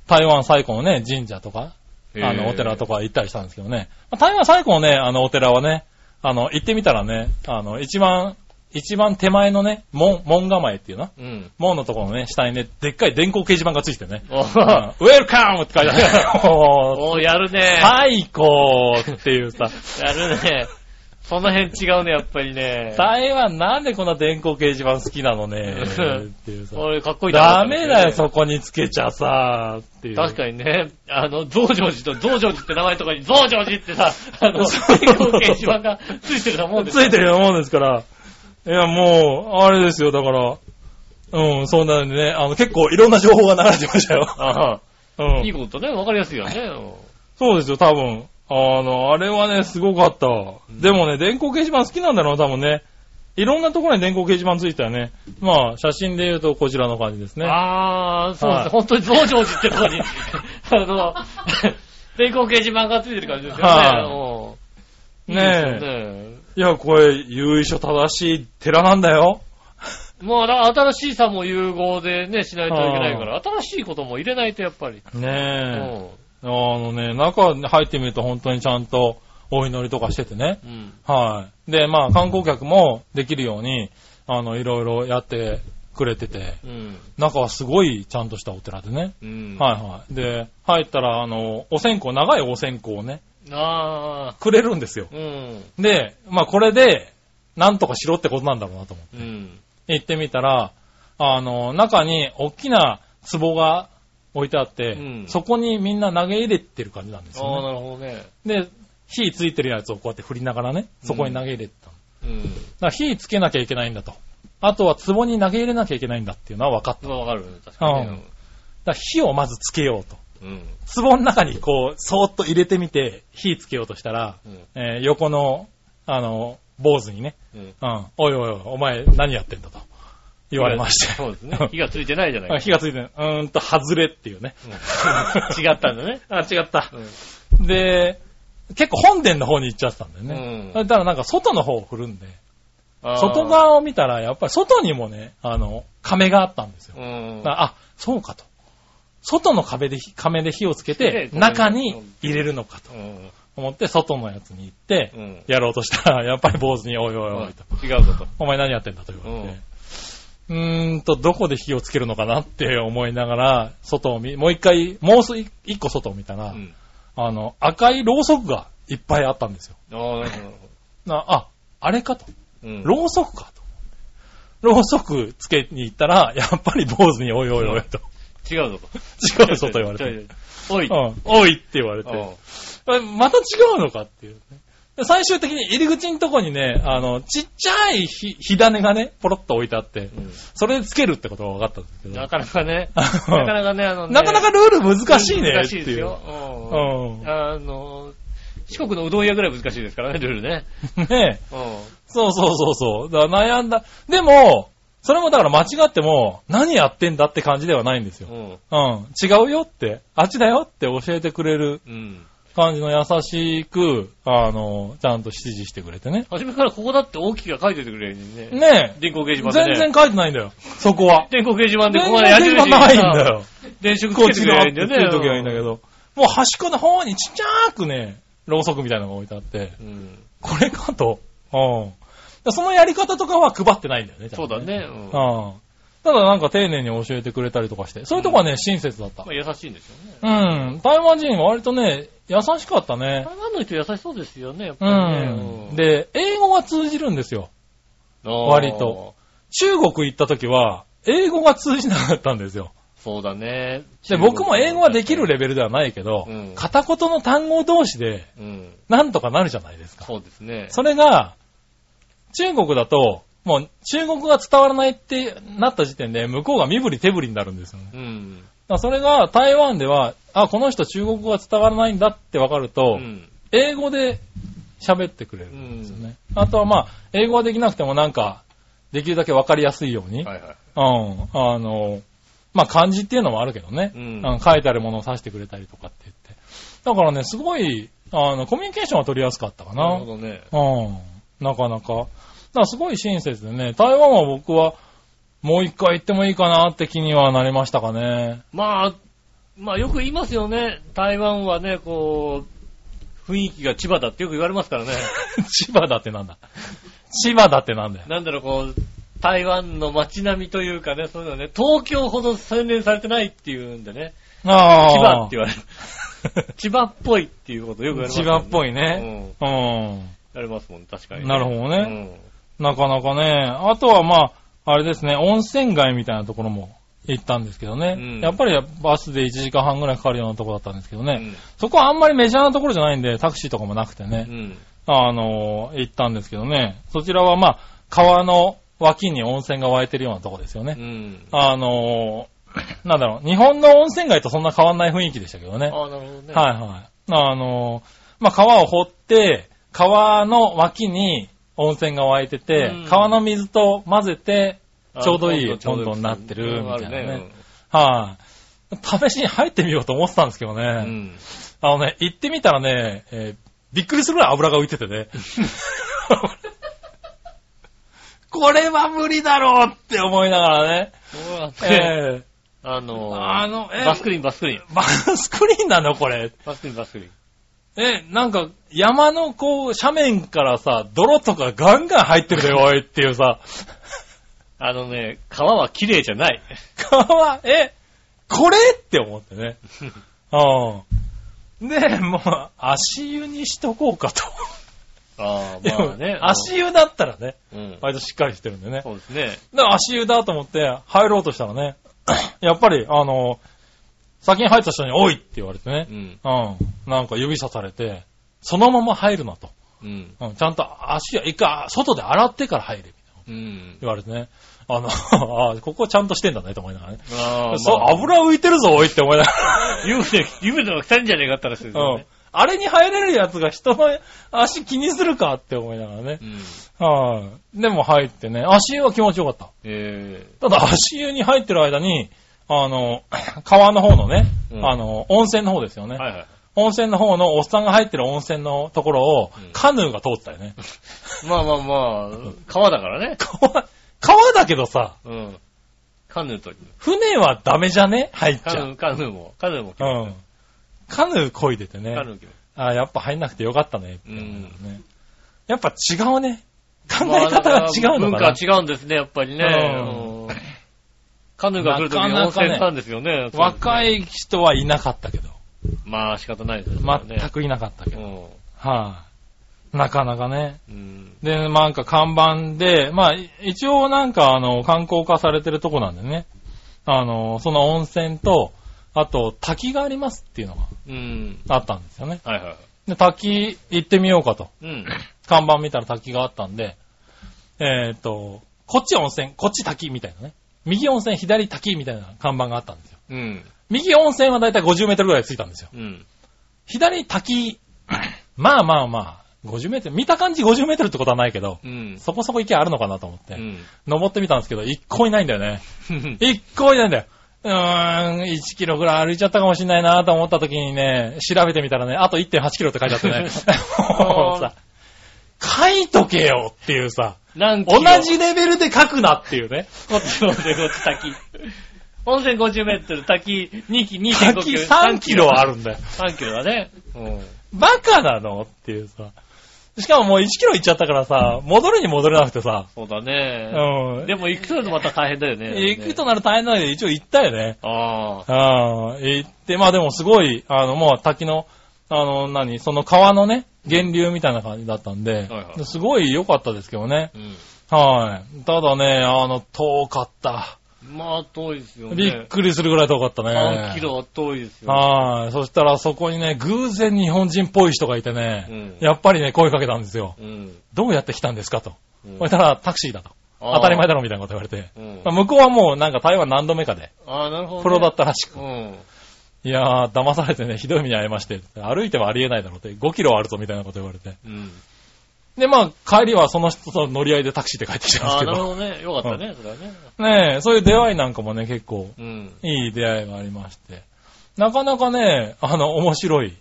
Speaker 3: 台湾最古のね、神社とか、あ
Speaker 2: へ
Speaker 3: の、
Speaker 2: え
Speaker 3: お寺とか行ったりしたんですけどね。まあ台湾最古のね、あの、お寺はね、あの、行ってみたらね、あの、一番、一番手前のね、門、門構えっていうな。
Speaker 2: うん。
Speaker 3: 門のところのね、下にね、でっかい電光掲示板がついて
Speaker 2: <laughs>
Speaker 3: ね。
Speaker 2: お
Speaker 3: うんウ
Speaker 2: ー
Speaker 3: ェルカムって書いて <laughs> ある。おー
Speaker 2: おーやるね。
Speaker 3: 最高ってい
Speaker 2: <laughs>
Speaker 3: うさ、
Speaker 2: やるね。その辺違うね、やっぱりね。
Speaker 3: 台湾なんでこんな電光掲示板好きなのねっていうさ。
Speaker 2: これかっこいいな
Speaker 3: ダメだよ、そこにつけちゃさ、っていう。
Speaker 2: 確かにね、あの、増上寺と、増上寺って名前のとかに、増上寺ってさ、あの、
Speaker 3: そ
Speaker 2: <laughs>
Speaker 3: う
Speaker 2: 電光掲示板がついてると思うんです
Speaker 3: ついてるようなもんですから。いや、もう、あれですよ、だから。うん、そんなんでね、あの、結構いろんな情報が流れてましたよ。
Speaker 2: あ
Speaker 3: う
Speaker 2: あ、いい
Speaker 3: ん。
Speaker 2: ことね、わかりやすいよね。
Speaker 3: そうですよ、多分。あの、あれはね、すごかった。でもね、電光掲示板好きなんだろうな、多分ね。いろんなところに電光掲示板ついてたよね。まあ、写真で言うとこちらの感じですね。
Speaker 2: ああ、そうです、
Speaker 3: はい
Speaker 2: 本当に増上寺ってとこ
Speaker 3: <laughs>
Speaker 2: に、あの、電光掲示板がついてる感じですよ
Speaker 3: はい
Speaker 2: ね。もういいですよ
Speaker 3: ねえ。いや、これ、由緒正しい寺なんだよ。
Speaker 2: もう、だから新しいさも融合でね、しないといけないから、新しいことも入れないと、やっぱり。
Speaker 3: ねえ。あのね、中に入ってみると本当にちゃんとお祈りとかしててね。
Speaker 2: うんうん。
Speaker 3: はい。で、まあ、観光客もできるように、あの、いろいろやってくれてて、
Speaker 2: うん。
Speaker 3: 中はすごいちゃんとしたお寺でね。
Speaker 2: うん。
Speaker 3: はいはい。で、入ったら、あの、お線香、長いお線香をね、
Speaker 2: ああ、
Speaker 3: くれるんですよ。
Speaker 2: うん。
Speaker 3: で、まあ、これで、なんとかしろってことなんだろうなと思って。
Speaker 2: うん。
Speaker 3: 行ってみたら、あの、中に大きな壺が置いてあって、
Speaker 2: うん
Speaker 3: そこにみんな投げ入れてる感じなんです
Speaker 2: ああ、
Speaker 3: よ、
Speaker 2: なるほどね。
Speaker 3: ね。で、火ついてるやつをこうやって振りながらね、そこに投げ入れてたの
Speaker 2: うん。
Speaker 3: だから火つけなきゃいけないんだと。あとは壺に投げ入れなきゃいけないんだっていうのは分かった。だ
Speaker 2: まあわかるね、確かにね。
Speaker 3: から火をまずつけようと。
Speaker 2: うん。
Speaker 3: 壺の中にこう、そーっと入れてみて、火つけようとしたら、
Speaker 2: うん
Speaker 3: えー横の、あの、坊主にね、
Speaker 2: うん。
Speaker 3: うん、おいおいおい、お前何やってんだと言われまして。
Speaker 2: そうですね。火がついてないじゃない
Speaker 3: あ
Speaker 2: か。
Speaker 3: 火がついてる。うーんと、外れっていうね。
Speaker 2: うん違ったんだね。
Speaker 3: <laughs> あ、違った
Speaker 2: う。
Speaker 3: で、結構本殿の方に行っちゃってたんだよね。
Speaker 2: う
Speaker 3: だからなんか外の方を振るんで、
Speaker 2: ん
Speaker 3: 外。側を見たら、やっぱり外にもね、あの、亀があったんですよ
Speaker 2: あ。ーうん
Speaker 3: だか。らあ、そうかと。外の壁で火、亀で火をつけて
Speaker 2: で、これ
Speaker 3: 中に入れるのかと
Speaker 2: うん
Speaker 3: 思って、外のやつに行って
Speaker 2: う、ん。
Speaker 3: やろうとしたら、やっ <laughs> ぱり坊主に、おいおいおいと。
Speaker 2: 違うこと。
Speaker 3: お前何やってんだと言われて。うーんと、どこで火をつけるのかなって思いながら、外を見、もう一回、もうす一一個外を見たら、
Speaker 2: うん。
Speaker 3: あの、赤いろうそくがいっぱいあったんですよ。
Speaker 2: ああ、なるほど。
Speaker 3: なあ、あれかと。
Speaker 2: うん
Speaker 3: ろうそくかと。ろうそくつけに行ったら、 <laughs> やっぱり坊主においおいおいと。
Speaker 2: 違うぞと。
Speaker 3: 違うぞと言われて。
Speaker 2: 違う。おい。
Speaker 3: うん、おいって言われ
Speaker 2: うん
Speaker 3: て。えまた違うのかっていうね、で最終的に入り口のとこにね、あの、ちっちゃい火火種がね、ポロッと置いてあって、それでつけるってことが分かったんですけ
Speaker 2: うん
Speaker 3: ど。
Speaker 2: なかなかね、なかなかね、あのね、
Speaker 3: なかなかルール難しいね
Speaker 2: 難
Speaker 3: って
Speaker 2: しい
Speaker 3: いう。
Speaker 2: ですよ。
Speaker 3: う
Speaker 2: うんん。あの、四国のうどん屋ぐらい難しいですからね、ルールね。
Speaker 3: ねえ。
Speaker 2: うん。
Speaker 3: そうそうそうそう。だから悩んだ。でも、それもだから間違っても、何やってんだって感じではないんですよ。
Speaker 2: うん。
Speaker 3: うん。違うよって、あっちだよって教えてくれる
Speaker 2: うん。
Speaker 3: 感じの優しく、あの、ちゃんと指示してくれてね。
Speaker 2: 初めからここだって大きく書いててくれるのにね。
Speaker 3: ねえ。
Speaker 2: 電光掲示板で、ね。
Speaker 3: 全然書いてないんだよ。そこは。
Speaker 2: 電光掲示板で
Speaker 3: 全
Speaker 2: ここ
Speaker 3: 然
Speaker 2: までやる
Speaker 3: がないんだ。よ。
Speaker 2: 電飾
Speaker 3: こ
Speaker 2: つけて
Speaker 3: っち
Speaker 2: く
Speaker 3: の
Speaker 2: れ
Speaker 3: あ
Speaker 2: な
Speaker 3: っ
Speaker 2: い
Speaker 3: て
Speaker 2: ん
Speaker 3: つ
Speaker 2: だ
Speaker 3: い
Speaker 2: よね。
Speaker 3: てる時はいいんだけど、もう端っこの方にちっちゃくね、ろうそくみたいなのが置いてあって、
Speaker 2: うん。
Speaker 3: これかと。うん。そのやり方とかは配ってないんだよね。ちゃん
Speaker 2: そう
Speaker 3: と
Speaker 2: だね。
Speaker 3: うん。ただなんか丁寧に教えてくれたりとかして、そういうとこはね、親切だった
Speaker 2: まあ。優しいんでしょうね。
Speaker 3: うん。台湾人は割とね、優しかった
Speaker 2: 台
Speaker 3: ね。
Speaker 2: 湾の人優しそうですよね、やっぱ
Speaker 3: う
Speaker 2: りね。うん
Speaker 3: ん。、で、英語が通じるんですよ。
Speaker 2: あー
Speaker 3: 割と。中国行った時は、英語が通じなかったんですよ。
Speaker 2: そうだね。
Speaker 3: で、僕も英語はできるレベルではないけど、
Speaker 2: うん
Speaker 3: 片言の単語同士で、
Speaker 2: うん。
Speaker 3: なんとかなるじゃないですか。
Speaker 2: そうですね。
Speaker 3: それが、中国だと、もう中国が伝わらないってなった時点で、向こうが身振り手振りになるんですよね。
Speaker 2: うん。
Speaker 3: だからそれが台湾では、あ、この人中国語が伝わらないんだって分かる
Speaker 2: う
Speaker 3: と、
Speaker 2: ん。
Speaker 3: 英語で喋ってくれるんですよね。あとはまあ、英語ができなくてもなんか、できるだけ分かりやすいように、
Speaker 2: はいはい。
Speaker 3: うん、あの、まあ漢字っていうのもあるけどね、
Speaker 2: うん
Speaker 3: あの書いてあるものを指してくれたりとかって言って。だからね、すごい、あの、コミュニケーションは取りやすかったか
Speaker 2: な
Speaker 3: な。
Speaker 2: るほどね。
Speaker 3: うん、なかなか。だからすごい親切でね、台湾は僕は、もう一回行ってもいいかなって気にはなりましたかね。 <laughs>
Speaker 2: まあ、まあよく言いますよね。台湾はね、こう、雰囲気が千葉だってよく言われます
Speaker 3: <laughs>
Speaker 2: からね。
Speaker 3: 千葉だってなんだ。千葉だってなんだよ。
Speaker 2: なんだろう、こう、台湾の街並みというかね、そういうのね、東京ほど洗練されてないっていうんでね、
Speaker 3: あ
Speaker 2: 千葉って言
Speaker 3: わ
Speaker 2: われる。千葉っぽいっていうことよく言われます、
Speaker 3: 千葉っぽ
Speaker 2: い。
Speaker 3: いうね。
Speaker 2: ん。
Speaker 3: うん。
Speaker 2: やりますもん、確かに。
Speaker 3: なるほどね。なかなかね。あとはまあ、あれですね、温泉街みたいなところも行ったんですけどね。
Speaker 2: うん
Speaker 3: やっぱりバスで1時間半ぐらいかかるようなところだったんですけど
Speaker 2: う
Speaker 3: ね。
Speaker 2: ん。
Speaker 3: そこはあんまりメジャーなところじゃないんで、タクシーとかもなくてね。
Speaker 2: うん。
Speaker 3: あの、行ったんですけどね。そちらはまあ、川の脇に温泉が湧いてるようなとこですよ
Speaker 2: う
Speaker 3: ね。
Speaker 2: ん。
Speaker 3: あの、なんだろう、日本の温泉街とそんな変わんない雰囲気でしたけどね。
Speaker 2: ああ、なるほどね。
Speaker 3: はいはい。あの、まあ、川を掘って、川の脇に温泉が湧いてて、
Speaker 2: うん
Speaker 3: 川の水と混ぜて、
Speaker 2: あ
Speaker 3: ちょうどいい
Speaker 2: ちょうど
Speaker 3: 温度になってるみたい
Speaker 2: う
Speaker 3: なね
Speaker 2: んある
Speaker 3: はい、試しに入ってみようと思ってたんですけどね。
Speaker 2: うんうん。
Speaker 3: あのね、行ってみたらね、えーびっくりするぐらい油が浮いて
Speaker 2: <laughs>
Speaker 3: てね。これは無理だろうって思いながら
Speaker 2: <laughs>
Speaker 3: ね。
Speaker 2: そうなんだね
Speaker 3: え
Speaker 2: あのー、
Speaker 3: あのえ
Speaker 2: バスクリーン、バスクリーン。
Speaker 3: ー、バスクリーンなのこれ。
Speaker 2: バスクリーン、バスクリーン。
Speaker 3: え、なんか、山のこう、斜面からさ、泥とかガンガン入って
Speaker 2: <laughs>
Speaker 3: るで、おいっていうさ、
Speaker 2: あのね、川は綺麗じゃない。
Speaker 3: 川、え、これって思っ
Speaker 2: <laughs>
Speaker 3: てね。うん。で、もう、足湯にしとこうかと。
Speaker 2: ああ、まあ
Speaker 3: <laughs> で
Speaker 2: ね。
Speaker 3: も <laughs> 足湯だったらね、
Speaker 2: うん。
Speaker 3: 割としっかりしてるんでね。
Speaker 2: そうですね。
Speaker 3: で、足湯だと思って入ろうとしたらね、 <coughs> やっぱり、あの、先に入った人に、おいって言われてね
Speaker 2: う、ん。
Speaker 3: うん、なんか指さされて、そのまま入るなと。
Speaker 2: うん。
Speaker 3: うん、ちゃんと足は一回、外で洗ってから入れ、
Speaker 2: うん。
Speaker 3: 言われてね。あの、 <laughs> あここちゃんとしてんだねと思いながらね。
Speaker 2: ああ、
Speaker 3: そう、油浮いてるぞ、おいって思いながら。
Speaker 2: <laughs> 湯船、湯船が来たんじゃねえかったらしいですよ
Speaker 3: うん
Speaker 2: ね。。
Speaker 3: あれに入れるやつが人の足気にするかって思いながらね
Speaker 2: う。ん。
Speaker 3: はい。でも入ってね、足湯は気持ちよかった。
Speaker 2: え
Speaker 3: ただ足湯に入ってる間に、あの、 <clears throat> 川の方のね、
Speaker 2: うん
Speaker 3: あの、温泉の方ですよ
Speaker 2: え
Speaker 3: ね。
Speaker 2: はいはい。
Speaker 3: 温泉の方のおっさんが入ってる温泉のところを、
Speaker 2: うん
Speaker 3: カヌーが通ったよね。
Speaker 2: まあまあまあ、川だからね。
Speaker 3: 川、川だけどさ、
Speaker 2: うん。カヌーと、
Speaker 3: 船はダメじゃね入っち
Speaker 2: カ
Speaker 3: ゃ
Speaker 2: ヌ
Speaker 3: う。
Speaker 2: ー、カヌーも、カヌーも来
Speaker 3: う
Speaker 2: ま
Speaker 3: ん。カヌー漕いでて
Speaker 2: す、
Speaker 3: ね
Speaker 2: カ。ヌー来ま
Speaker 3: あやっぱ入んなくてよかったねって
Speaker 2: う
Speaker 3: 思うんだ
Speaker 2: ん
Speaker 3: よ。ね。やっぱ違うね。考
Speaker 2: まあ
Speaker 3: え方が違うの
Speaker 2: 文
Speaker 3: か
Speaker 2: 化
Speaker 3: な
Speaker 2: は。違うんですね、やっぱりね。
Speaker 3: うん
Speaker 2: うんカヌーが来るときに温泉行ったんですよね。
Speaker 3: 若
Speaker 2: い。
Speaker 3: い人はいなかったけど。
Speaker 2: まあ仕方ないですよね。
Speaker 3: 全くいなかったけ
Speaker 2: う
Speaker 3: ど。はい、
Speaker 2: ん。
Speaker 3: なかなかね。
Speaker 2: うん。
Speaker 3: で、なんか看板で、まあ、い一応なんかあの、観光化されてるとこなんでね。あの、その温泉と、あと、滝がありますっていうのが
Speaker 2: うん。
Speaker 3: あったんですよね。
Speaker 2: はいはいはい。
Speaker 3: で、滝行ってみようかと。
Speaker 2: うん。
Speaker 3: 看板見たら滝があったんで、えっ、と、こっち温泉、こっち滝みたいなね。右温泉、左滝みたいな看板があったんですよ。
Speaker 2: うん。
Speaker 3: 右温泉はだいたい50メートルぐらいついたんですよ。
Speaker 2: うん。
Speaker 3: 左滝、まあまあまあ、50メートル、見た感じ50メートルってことはないけど、
Speaker 2: うん。
Speaker 3: そこそこ池あるのかなと思って。
Speaker 2: うん。
Speaker 3: 登ってみたんですけど、一向にないんだよね。一向にないんだよ。うーん、1キロぐらい歩いちゃったかもしんないなと思った時にね、調べてみたらね、あと1.8キロって書いてあってね。もうさ、書いとけよっていうさ、
Speaker 2: 何キ
Speaker 3: 同
Speaker 2: ロ
Speaker 3: じレベルで書くなっていうね。
Speaker 2: こっち温泉、こっち滝。温泉50メートル、滝2キ2.5
Speaker 3: 書
Speaker 2: キ
Speaker 3: き
Speaker 2: ロ。
Speaker 3: 3キロあ
Speaker 2: る。
Speaker 3: るんだよ。
Speaker 2: 3キロだね。うん。
Speaker 3: バカなのっていうさ。しかももう1キロ行っちゃったからさ、戻るに戻れなくてさ。
Speaker 2: そうだね。
Speaker 3: うん。
Speaker 2: でも行くとなるとまた大変だよね。
Speaker 3: 行くとなると大変なので一応行ったよね。
Speaker 2: ああ。
Speaker 3: ああ、行って、まあでもすごい、あの、もう滝の、あの、何、その川のね、源流みたいな感じだったんで、
Speaker 2: はいはい
Speaker 3: すごい良かったですけどね。
Speaker 2: うん。
Speaker 3: はい。ただね、あの、遠かった。
Speaker 2: まあ、遠いですよね。
Speaker 3: びっくりするぐらい遠かったね。
Speaker 2: 3キロは遠いですよ。
Speaker 3: はい。そしたらそこにね、偶然日本人っぽい人がいてね、
Speaker 2: うん
Speaker 3: やっぱりね、声かけたんですよ。
Speaker 2: うん。
Speaker 3: どうやって来たんですかと。
Speaker 2: うん
Speaker 3: そしたら、タクシーだと。
Speaker 2: あー
Speaker 3: 当たり前だろみたいなこと言われて。
Speaker 2: うん
Speaker 3: まあ向こうはもうなんか台湾何度目かで、
Speaker 2: ああ、なるほどね。
Speaker 3: プロだったらしく。
Speaker 2: うん。
Speaker 3: いやー、騙されてね、ひどい目に遭いまして、歩いてはありえないだろうって、5キロあるぞみたいなこと言われて。
Speaker 2: うん。
Speaker 3: で、まあ、帰りはその人と乗り合いでタクシーで帰ってきたんで
Speaker 2: あ
Speaker 3: す
Speaker 2: あ、
Speaker 3: け
Speaker 2: なる
Speaker 3: ど。
Speaker 2: ほどね。よかったね、それはね。
Speaker 3: <laughs> ねえ、そういう出会いなんかもね、結構、
Speaker 2: うん。
Speaker 3: いい出会いがありまして。なかなかね、あの、面白い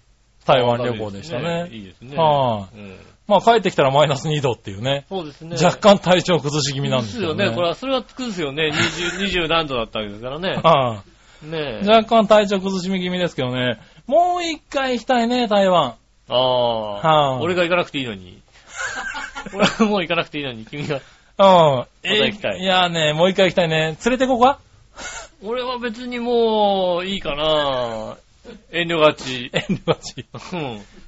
Speaker 3: 台湾旅行でしたね。
Speaker 2: いいですね。。
Speaker 3: はい
Speaker 2: うん。
Speaker 3: まあ、帰ってきたらマイナス2度っていうね。
Speaker 2: そうですね。
Speaker 3: 若干体調崩し気味なん
Speaker 2: で
Speaker 3: です
Speaker 2: す
Speaker 3: けど
Speaker 2: よ
Speaker 3: ね。
Speaker 2: ね。これは、それはつくんですよね。20、20何度だったわけですから
Speaker 3: <laughs>
Speaker 2: ね。
Speaker 3: は
Speaker 2: ね
Speaker 3: い
Speaker 2: え。
Speaker 3: 若干体調崩し気味ですけどね。もう一回行きたいね、台湾。
Speaker 2: ああ、
Speaker 3: はい
Speaker 2: 俺が行かなくていいの
Speaker 3: <laughs>
Speaker 2: に。俺はもう行かなくていいのに、君が。
Speaker 3: うん。
Speaker 2: た行きたい
Speaker 3: えいやね、もう一回行きたいね。連れてこうか
Speaker 2: 俺は別にもう、いいかな遠慮がち。
Speaker 3: 遠慮がち。
Speaker 2: うん。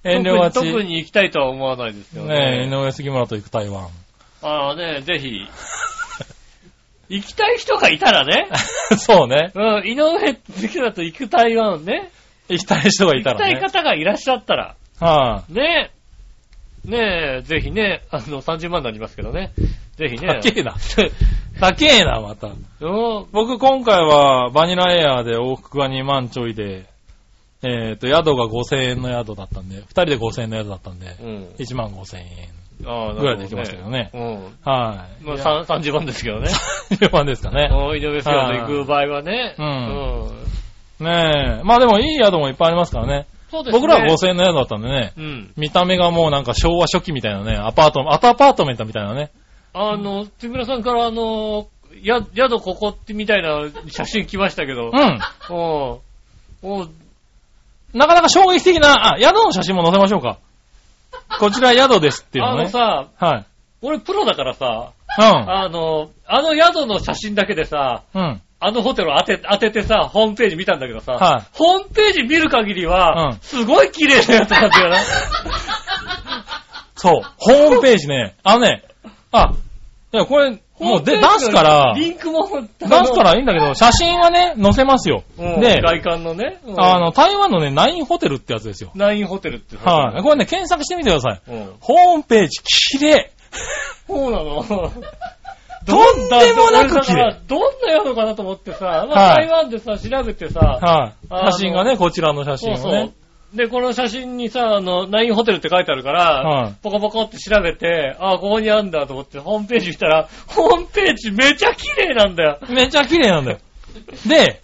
Speaker 3: 遠慮がち
Speaker 2: 特に特に行きたいとは思わないですよ
Speaker 3: ね
Speaker 2: ね。
Speaker 3: え、井上杉村と行く台湾。 <laughs>
Speaker 2: ああね、ぜひ。 <laughs> 行きたい人がいたらね。
Speaker 3: そうね。
Speaker 2: うん、井上月だと行く台湾ね。
Speaker 3: 行きたい人がいた
Speaker 2: 行き
Speaker 3: ら
Speaker 2: たい
Speaker 3: ね。
Speaker 2: 方がいらっしゃったら。
Speaker 3: は
Speaker 2: ねえ。ねえ、ぜひね、あの、30万になりますけどね。ぜひ
Speaker 3: い、
Speaker 2: ね。
Speaker 3: 高えな。 <laughs> 高えな、また。
Speaker 2: うん。
Speaker 3: 僕今回はバニラエアーで往復が2万ちょいで、えっ、と、宿が5000円の宿だったんで、2人で5000円の宿だったんで、
Speaker 2: うん。
Speaker 3: 1万5000円。
Speaker 2: ああ、なるほどね
Speaker 3: ぐらいで行きますけどね
Speaker 2: うん。
Speaker 3: はい。
Speaker 2: まあ、さん30万ですけど <laughs> ね。
Speaker 3: 10万ですか
Speaker 2: <laughs>
Speaker 3: ね。
Speaker 2: うん井上月だと行く場合はね。
Speaker 3: うん
Speaker 2: ん
Speaker 3: ねえ。まあでもいい宿もいっぱいありますからね。
Speaker 2: そうですね。
Speaker 3: 僕らは5000円の宿だったんでね。
Speaker 2: うん。
Speaker 3: 見た目がもうなんか昭和初期みたいなね、アパート、アタアパートメントみたいなね。
Speaker 2: あの、木村さんからあの、や、宿ここってみたいな写真来ましたけど。
Speaker 3: うん。
Speaker 2: おお
Speaker 3: なかなか衝撃的な、あ、宿の写真も載せましょうか。こちら宿ですっていう
Speaker 2: あ
Speaker 3: の
Speaker 2: の
Speaker 3: ね。
Speaker 2: さ、
Speaker 3: はい。
Speaker 2: 俺プロだからさ、
Speaker 3: うん。
Speaker 2: あの、あの宿の写真だけでさ、
Speaker 3: うん。
Speaker 2: あのホテルを当て、当ててさ、ホームページ見たんだけどさ、
Speaker 3: はい
Speaker 2: ホームページ見る限り
Speaker 3: う
Speaker 2: は
Speaker 3: ん、
Speaker 2: すごい綺麗なやつなんだよな。
Speaker 3: そう。ホームページね。あのね、あ、いや、これ、 <laughs> もうで出すから、
Speaker 2: リ
Speaker 3: 出
Speaker 2: ンクも、出
Speaker 3: すからいいんだけど、写真はね、載せますよ。
Speaker 2: で、
Speaker 3: で、
Speaker 2: 外観のね、うん
Speaker 3: あの、台湾のね、ナインホテルってやつですよ。
Speaker 2: ナインホテルってさ
Speaker 3: はい。これね、検索してみてください。
Speaker 2: うん。
Speaker 3: ホームページ、綺麗
Speaker 2: そうなの。
Speaker 3: とんでもなく綺
Speaker 2: 俺だから
Speaker 3: 麗
Speaker 2: どんな宿かなと思ってさ、まあ
Speaker 3: はい
Speaker 2: 台湾でさ、調べてさ、
Speaker 3: はい。
Speaker 2: あの
Speaker 3: 写真がね、こちらの写真
Speaker 2: そうそ
Speaker 3: を
Speaker 2: う
Speaker 3: ね。。
Speaker 2: で、この写真にさ、あの、ナインホテルって書いてあるから、
Speaker 3: はい
Speaker 2: ポコポコって調べて、あ、ここにあるんだと思って、ホームページ見たら、ホームページめちゃ綺麗なんだよ。
Speaker 3: めちゃ綺麗なんだよ。で、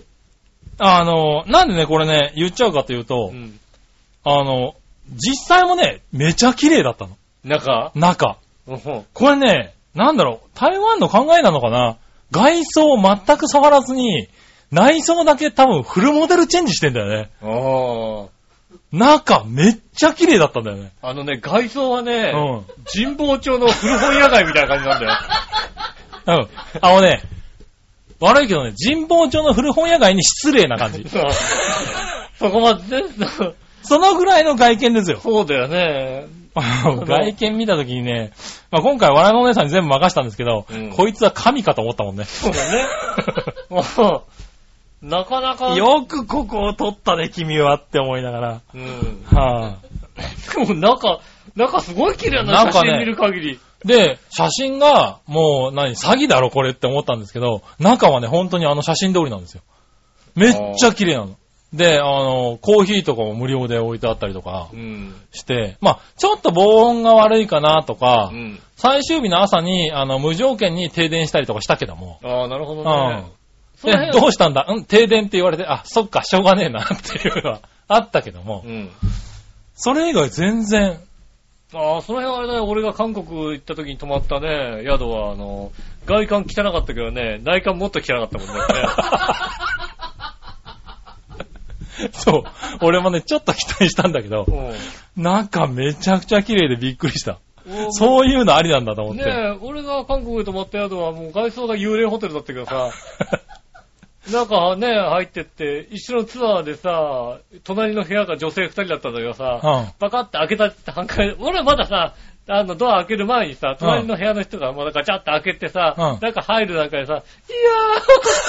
Speaker 3: あの、なんでね、これね、言っちゃうかというと
Speaker 2: う、ん。
Speaker 3: あの、実際もね、めちゃ綺麗だったの。
Speaker 2: なんか、う
Speaker 3: 中。
Speaker 2: ん
Speaker 3: これね、なんだろう、台湾の考えなのかな外装を全く触らずに、内装だけ多分フルモデルチェンジしてんだよね。
Speaker 2: あ
Speaker 3: 中めっちゃ綺麗だったんだよね。
Speaker 2: あのね、外装はね、
Speaker 3: う
Speaker 2: 神保町の古本屋街みたいな感じなんだよ。。
Speaker 3: <laughs> ん。うん。あのね、悪いけどね、神保町の古本屋街に失礼な感じ
Speaker 2: そうそこまでね、そう
Speaker 3: そのぐらいの外見ですよ。
Speaker 2: そうだよね。
Speaker 3: <laughs> 外見見た時にね、まあ、今回笑いのお姉さんに全部任したんですけど、
Speaker 2: うん
Speaker 3: こいつは神かと思ったもんね。
Speaker 2: そうだね。もう、なかなか、
Speaker 3: <laughs> よくここを取ったね、君はって思いながら。
Speaker 2: うん。
Speaker 3: はあ
Speaker 2: でも中、中すごい綺麗な
Speaker 3: なん
Speaker 2: 写
Speaker 3: か
Speaker 2: 真
Speaker 3: ね
Speaker 2: 見る限り。
Speaker 3: で、写真が、もう何、詐欺だろこれって思ったんですけど、中はね、本当にあの写真通りなんですよ。めっちゃ綺麗なの。で、あの、コーヒーとかも無料で置いてあったりとか
Speaker 2: うん。
Speaker 3: して、まあ、ちょっと防音が悪いかなとか
Speaker 2: う、ん。
Speaker 3: 最終日の朝に、あの、無条件に停電したりとかしたけども、
Speaker 2: ああ、なるほど
Speaker 3: うん
Speaker 2: ね。。その
Speaker 3: え、
Speaker 2: 辺
Speaker 3: ど
Speaker 2: は
Speaker 3: うしたんだうん、停電って言われて、あ、そっか、しょうがねえな <laughs> っていうのはあったけども
Speaker 2: う、ん。
Speaker 3: それ以外全然、
Speaker 2: ああ、その辺はあれだよ。俺が韓国行った時に泊まったね、宿は、あの、外観汚かったけどね、内観もっと汚かったもん <laughs> ね。
Speaker 3: そう、俺もね、ちょっと期待したんだけど、
Speaker 2: うん
Speaker 3: 中めちゃくちゃ綺麗でびっくりした。
Speaker 2: お
Speaker 3: そういうのありなんだと思って。
Speaker 2: ねえ、俺が韓国で泊まった宿はもう外装が幽霊ホテルだったけどさ、なんかね、入ってって、一緒のツアーでさ、隣の部屋が女性二人だったんだけどさ、
Speaker 3: <laughs> うん
Speaker 2: パカッて開けたって半回、 <laughs> 俺はまださ、あの、ドア開ける前にさ、隣の部屋の人がまだガチャって開けてさ、
Speaker 3: うん
Speaker 2: なんか入る中でさ、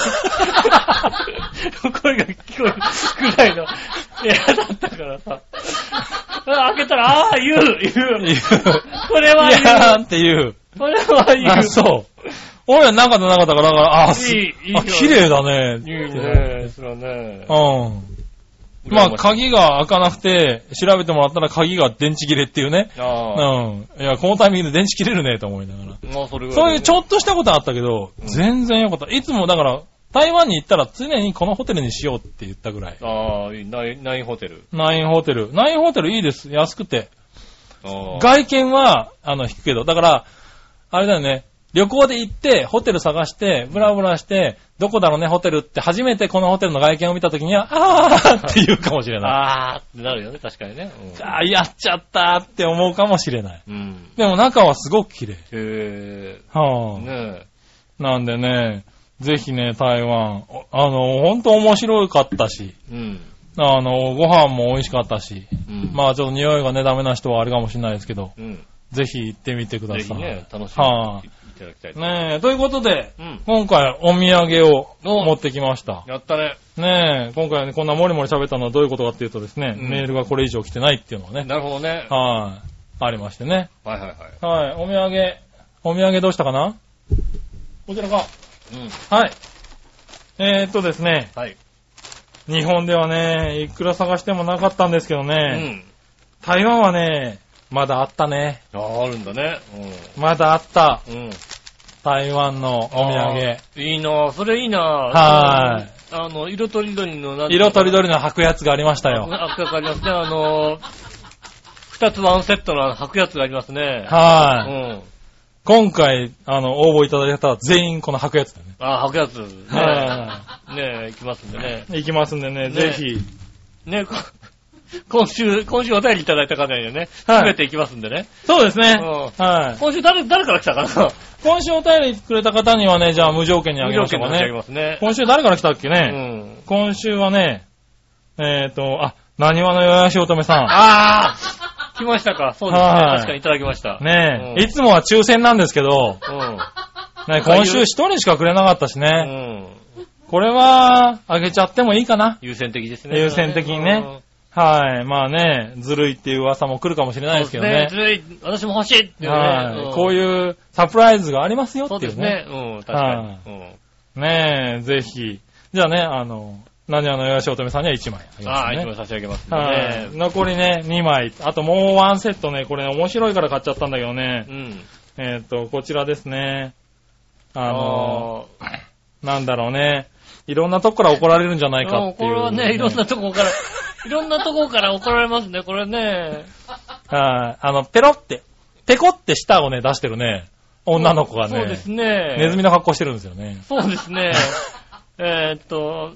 Speaker 2: いやー <laughs> 声が聞こえるくらいの部屋だったから
Speaker 3: <laughs>
Speaker 2: さ、開けたら、ああー、言う言うこれはい
Speaker 3: やー
Speaker 2: 言う
Speaker 3: っていう。
Speaker 2: これは言
Speaker 3: あ、
Speaker 2: う
Speaker 3: そう。俺はなかったなかったから、だから、あ、す
Speaker 2: いいいい
Speaker 3: あ、綺麗だ
Speaker 2: い
Speaker 3: ね。
Speaker 2: いね、そらね。
Speaker 3: うん。まあ、鍵が開かなくて、調べてもらったら鍵が電池切れっていうね。う
Speaker 2: ああ。
Speaker 3: ん。いや、このタイミングで電池切れるね、と思いながら。
Speaker 2: まあ、それぐらい、
Speaker 3: そういうちょっとしたことはあったけど、全然よかった。いつもだから、台湾に行ったら常にこのホテルにしようって言ったぐらい。
Speaker 2: ああ、ナインナインホテル。
Speaker 3: ナインホテル。ナインホテルいいです。安くて。
Speaker 2: ああ。
Speaker 3: 外見は、あの、引くけど。だから、あれだよね。旅行で行って、ホテル探して、ブラブラして、どこだろうね、ホテルって、初めてこのホテルの外見を見たときには、あーって言うかもしれない。
Speaker 2: ああってなるよね、確かにね。うん
Speaker 3: あー、やっちゃったーって思うかもしれない。
Speaker 2: うん。
Speaker 3: でも中はすごく綺麗。
Speaker 2: へ
Speaker 3: は
Speaker 2: え。
Speaker 3: あ、
Speaker 2: ね
Speaker 3: なんでね、ぜひね、台湾、おあの、ほんと面白かったし、
Speaker 2: え。うん。
Speaker 3: あの、ご飯も美味しかったし、
Speaker 2: うん。
Speaker 3: まあちょっと匂いがね、ダメな人はあれかもしれないですけど、
Speaker 2: うん。
Speaker 3: ぜひ行ってみてくだ
Speaker 2: ぜひ
Speaker 3: さい。
Speaker 2: ね、楽しみ
Speaker 3: は
Speaker 2: に
Speaker 3: あ
Speaker 2: いただきたい。
Speaker 3: ねえ、ということで、
Speaker 2: うん。
Speaker 3: 今回お土産を持ってきました。
Speaker 2: やったね。
Speaker 3: ねえ、今回ね、こんなもりもり喋ったのはどういうことかっていうとですね、
Speaker 2: うん
Speaker 3: メールがこれ以上来てないっていうのはね、
Speaker 2: なるほどね。
Speaker 3: はい、ありましてね。
Speaker 2: はいはいはい。
Speaker 3: はい、お土産、お土産どうしたかなこちらか。
Speaker 2: うん。
Speaker 3: はい。えー、っとですね、
Speaker 2: はい。
Speaker 3: 日本ではね、いくら探してもなかったんですけど
Speaker 2: う
Speaker 3: ね、
Speaker 2: ん。
Speaker 3: 台湾はね、まだあったね。
Speaker 2: ああ、あるんだね。
Speaker 3: まだあった。
Speaker 2: うん。うん。
Speaker 3: 台湾のお土産。
Speaker 2: いいなぁ、それいいなぁ。
Speaker 3: は
Speaker 2: あの。あの、色とりどりの、なんていうの
Speaker 3: 色とりどりの履くやつがありましたよ。
Speaker 2: あ、赤くありますね。あのー、二つワンセットの履くやつがありますね。う
Speaker 3: はい。
Speaker 2: ん。
Speaker 3: 今回、あの、応募いただいた方全員この履くやつだね。
Speaker 2: あ、履くやつ。
Speaker 3: は
Speaker 2: ねねえ、行きますんでね。
Speaker 3: い。きますんでね、
Speaker 2: ね
Speaker 3: ぜひ。
Speaker 2: ねこ <laughs> 今週、今週お便りいただいた方にはね、す
Speaker 3: はい
Speaker 2: べて行きますんでね。
Speaker 3: そうですね。
Speaker 2: う
Speaker 3: はい。
Speaker 2: 今週誰、誰から来たかな
Speaker 3: 今週お便りくれた方にはね、じゃあ無条件にあげましょう
Speaker 2: 無条件で
Speaker 3: か
Speaker 2: 差し上げ
Speaker 3: ね。
Speaker 2: ますね。
Speaker 3: 今週誰から来たっけ
Speaker 2: う
Speaker 3: ね、
Speaker 2: ん。
Speaker 3: 今週はね、えっ、と、あ、何話のよやしおとめさ
Speaker 2: ああ来ましたか。そうですね。
Speaker 3: はい
Speaker 2: 確かにいただきました。
Speaker 3: ん。ね
Speaker 2: うん
Speaker 3: え、いつもは抽選なんですけ
Speaker 2: <laughs>
Speaker 3: ど、
Speaker 2: う
Speaker 3: ね、今週一人しかくれなかったし
Speaker 2: ん。
Speaker 3: ね。
Speaker 2: うん。
Speaker 3: これは、あげちゃってもいいかな。
Speaker 2: 優先的ですね。
Speaker 3: 優先的にねはい。まあね、ずるいっていう噂も来るかもしれ
Speaker 2: うん。
Speaker 3: ない
Speaker 2: そう
Speaker 3: で
Speaker 2: ですす
Speaker 3: けど
Speaker 2: ね
Speaker 3: ね。。
Speaker 2: ずるい。私も欲しいっていうね。
Speaker 3: は
Speaker 2: ん
Speaker 3: い。こういうサプライズがありますよ
Speaker 2: そう
Speaker 3: ってい
Speaker 2: で
Speaker 3: う
Speaker 2: すね。
Speaker 3: ね。
Speaker 2: うん、確かに。うん
Speaker 3: ねえ、ぜひ。じゃあね、あの、何あの、よやしおとめさんには1枚あげ
Speaker 2: ああ、
Speaker 3: ます
Speaker 2: 一
Speaker 3: ね
Speaker 2: 枚。差し上げますんで
Speaker 3: はい
Speaker 2: ね。
Speaker 3: 残りね、2枚。あともう1セットね、これ面白いから買っちゃったんだけどね
Speaker 2: う。ん。
Speaker 3: えっと、こちらですね。あ
Speaker 2: あ
Speaker 3: の、
Speaker 2: のー、
Speaker 3: なんだろうね。いろんなとこから怒られるんじゃないか
Speaker 2: もう
Speaker 3: っ
Speaker 2: こ
Speaker 3: ていう。
Speaker 2: れはね、いろんなとこから、いろんなとこから怒られますね、これね。
Speaker 3: はい。あの、ペロって、ペコって舌をね、出してるね、女の子が
Speaker 2: そうです
Speaker 3: ね、
Speaker 2: ね。
Speaker 3: ネズミの格好してるんですよね。
Speaker 2: そうです
Speaker 3: <laughs>
Speaker 2: ね。えーっと、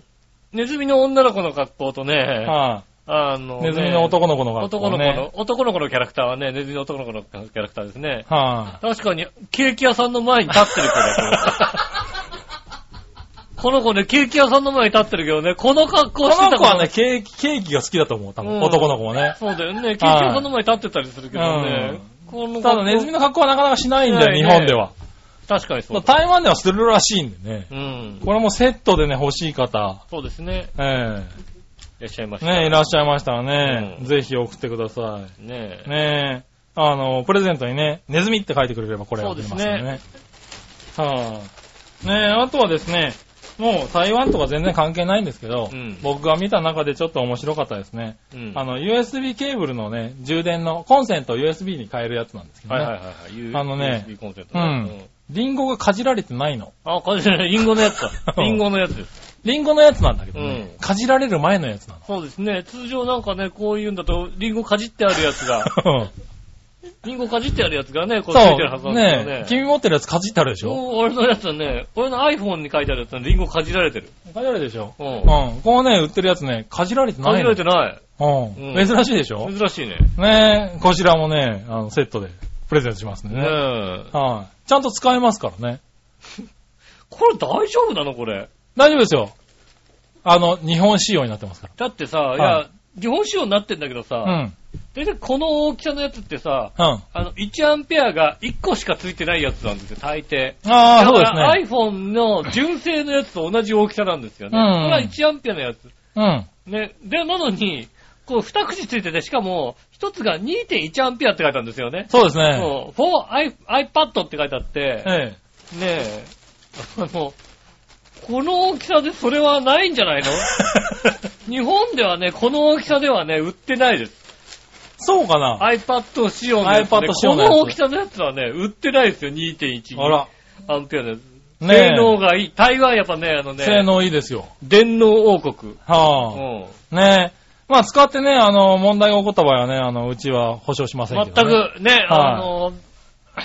Speaker 2: ネズミの女の子の格好とね、
Speaker 3: は
Speaker 2: あのね、
Speaker 3: い。ネズミの男の子の格
Speaker 2: 男
Speaker 3: 好
Speaker 2: の子
Speaker 3: ね。
Speaker 2: の、男の子のキャラクターはね、ネズミの男の子のキャラクターですね。
Speaker 3: は
Speaker 2: 確かに、ケーキ屋さんの前に立ってる子
Speaker 3: <laughs>
Speaker 2: だと思うこの子ね、ケーキ屋さんの前に立ってるけどね、この格好
Speaker 3: い。こ
Speaker 2: して
Speaker 3: の
Speaker 2: た
Speaker 3: 子
Speaker 2: 子
Speaker 3: はね、ケーキ、ケーキが好きだと思う、多
Speaker 2: う
Speaker 3: 分。
Speaker 2: ん
Speaker 3: 男の子もね。
Speaker 2: そうだよね、ケーキ屋さんの前に立ってたりするけどね。この
Speaker 3: ただネズミの格好はなかなかしないんだよ、
Speaker 2: ね
Speaker 3: 日本では。
Speaker 2: 確かにそうだ。
Speaker 3: 台湾ではするらしいんでね。
Speaker 2: うん。
Speaker 3: これもセットでね、欲しい方、
Speaker 2: そうですね。
Speaker 3: え
Speaker 2: いらっしゃいまし
Speaker 3: え
Speaker 2: た。
Speaker 3: ね、いらっしゃいましたらね、
Speaker 2: うん
Speaker 3: ぜひ送ってくださ
Speaker 2: ね
Speaker 3: い。ねえ、あの、プレゼントにね、ネズミって書いてくれればこれが出ますからね。はあ、ねえ、あとはですね、もう台湾とか全然関係ないんですけど、
Speaker 2: うん
Speaker 3: 僕が見た中でちょっと面白かったですね。
Speaker 2: うん
Speaker 3: あの、USB ケーブルのね、充電の、コンセントを USB に変えるやつなんですけど
Speaker 2: はい
Speaker 3: ね。
Speaker 2: はいはいはい。
Speaker 3: あのね
Speaker 2: USB コンセント
Speaker 3: う
Speaker 2: ね
Speaker 3: ん。リンゴがかじられてないの。
Speaker 2: うんあ、これじゃない、リンゴのやつ
Speaker 3: <laughs>
Speaker 2: だ。リンゴのやつです。
Speaker 3: リンゴのやつなんだけどね、
Speaker 2: うん
Speaker 3: かじられる前のや
Speaker 2: <laughs>
Speaker 3: つな
Speaker 2: そうですね。通常なんかね、こういうんだと、リンゴかじってあるやつ
Speaker 3: <laughs>
Speaker 2: が、
Speaker 3: の。
Speaker 2: リンゴかじってあるやつがね、こうついてるはず
Speaker 3: そ
Speaker 2: な
Speaker 3: う。
Speaker 2: んですよ
Speaker 3: ね
Speaker 2: ね。
Speaker 3: 君持ってるやつかじってあるでしょ
Speaker 2: もう俺のやつはね、俺の iPhone に書いてあるやつはリンゴかじられてる。
Speaker 3: かじられるでしょ
Speaker 2: うん
Speaker 3: うん。このね、売ってるやつね、かじられて
Speaker 2: か
Speaker 3: な
Speaker 2: じ
Speaker 3: い
Speaker 2: ら
Speaker 3: の。
Speaker 2: れてない。
Speaker 3: う
Speaker 2: うん
Speaker 3: ん。珍しいでしょ
Speaker 2: 珍しいね。
Speaker 3: ねこちらもね、あの、セットで、ププレゼントしますんで
Speaker 2: ね
Speaker 3: ね。
Speaker 2: え。
Speaker 3: はい。ちゃんと使えますからね。
Speaker 2: これ大丈夫なのこれ。
Speaker 3: 大丈夫ですよ。あの、日本仕様になってますか
Speaker 2: だってさ、い、
Speaker 3: は
Speaker 2: や、日本仕様になってんだけどさ、
Speaker 3: ら。うん。
Speaker 2: 大体この大きさのやつってさ、
Speaker 3: うん。あ
Speaker 2: あの、1アンペアが1個しかついてないやつなんですよ、大抵。
Speaker 3: あー、そう
Speaker 2: だ
Speaker 3: で
Speaker 2: か
Speaker 3: す
Speaker 2: ら
Speaker 3: ね。
Speaker 2: iPhone の純正のやつと同じ大きさなんですよね。
Speaker 3: うん
Speaker 2: これは1アンペアのやつ。
Speaker 3: うん。
Speaker 2: ね。で、なのに、こう2口ついてて、しかも、1つが2.1アンペアって書いてあるんですよね。
Speaker 3: そうですね。
Speaker 2: そう、for i- iPad って書いてあって、ね
Speaker 3: ええ。 <laughs>
Speaker 2: え、あの、この大きさでそれはないんじゃ
Speaker 3: <laughs>
Speaker 2: ないの日本ではね、この大きさではね、売ってないです。
Speaker 3: そうかな。
Speaker 2: iPad 仕様のやつ、ね。
Speaker 3: iPad 仕様の
Speaker 2: こ
Speaker 3: やつ
Speaker 2: の大きさのやつはね、売ってないですよ、2.1。
Speaker 3: あら。
Speaker 2: アンペアのやつ。
Speaker 3: ねえ
Speaker 2: 性能がいい。台湾やっぱね、あのね、
Speaker 3: 性能いいですよ。
Speaker 2: 電脳王国。うん。
Speaker 3: はあ。ねえ。まあ、使ってね、あの、問題が起こった場合はね、あの、うちは保証しませんけ
Speaker 2: 全
Speaker 3: ど、ね。
Speaker 2: くね、あの、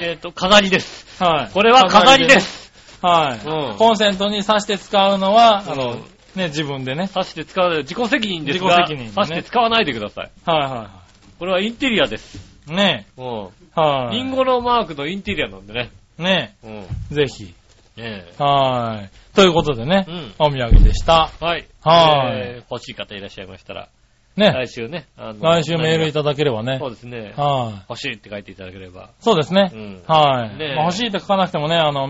Speaker 2: えっ、と、飾りです。
Speaker 3: く。はい。
Speaker 2: これは飾りです
Speaker 3: す。。はい、
Speaker 2: うん
Speaker 3: コンセントに挿して使うのは、あの、
Speaker 2: うん
Speaker 3: ね、自分でね。
Speaker 2: 刺して使わない。自己責任ですが、
Speaker 3: 自己責任でね
Speaker 2: 刺して使わないでください。
Speaker 3: はいは
Speaker 2: これはインテリアです。
Speaker 3: いはい。ね
Speaker 2: うん。
Speaker 3: え。はい。
Speaker 2: リンゴのマークのインテリアなんでね。
Speaker 3: ね
Speaker 2: うん。ね
Speaker 3: え。ぜひ。
Speaker 2: え。
Speaker 3: はい。ということでね、
Speaker 2: うん
Speaker 3: お土産でした。
Speaker 2: はい。
Speaker 3: はい
Speaker 2: えー欲しい方いらっしゃいましたら、
Speaker 3: ね。
Speaker 2: 来週ね。あの
Speaker 3: 来週メールいただければね
Speaker 2: そ。うですね。
Speaker 3: はい。
Speaker 2: 欲しいって書いていただければ。
Speaker 3: そうですね。
Speaker 2: うん
Speaker 3: はい、
Speaker 2: ねえ
Speaker 3: まあ欲しいと書かなくてもね、あの、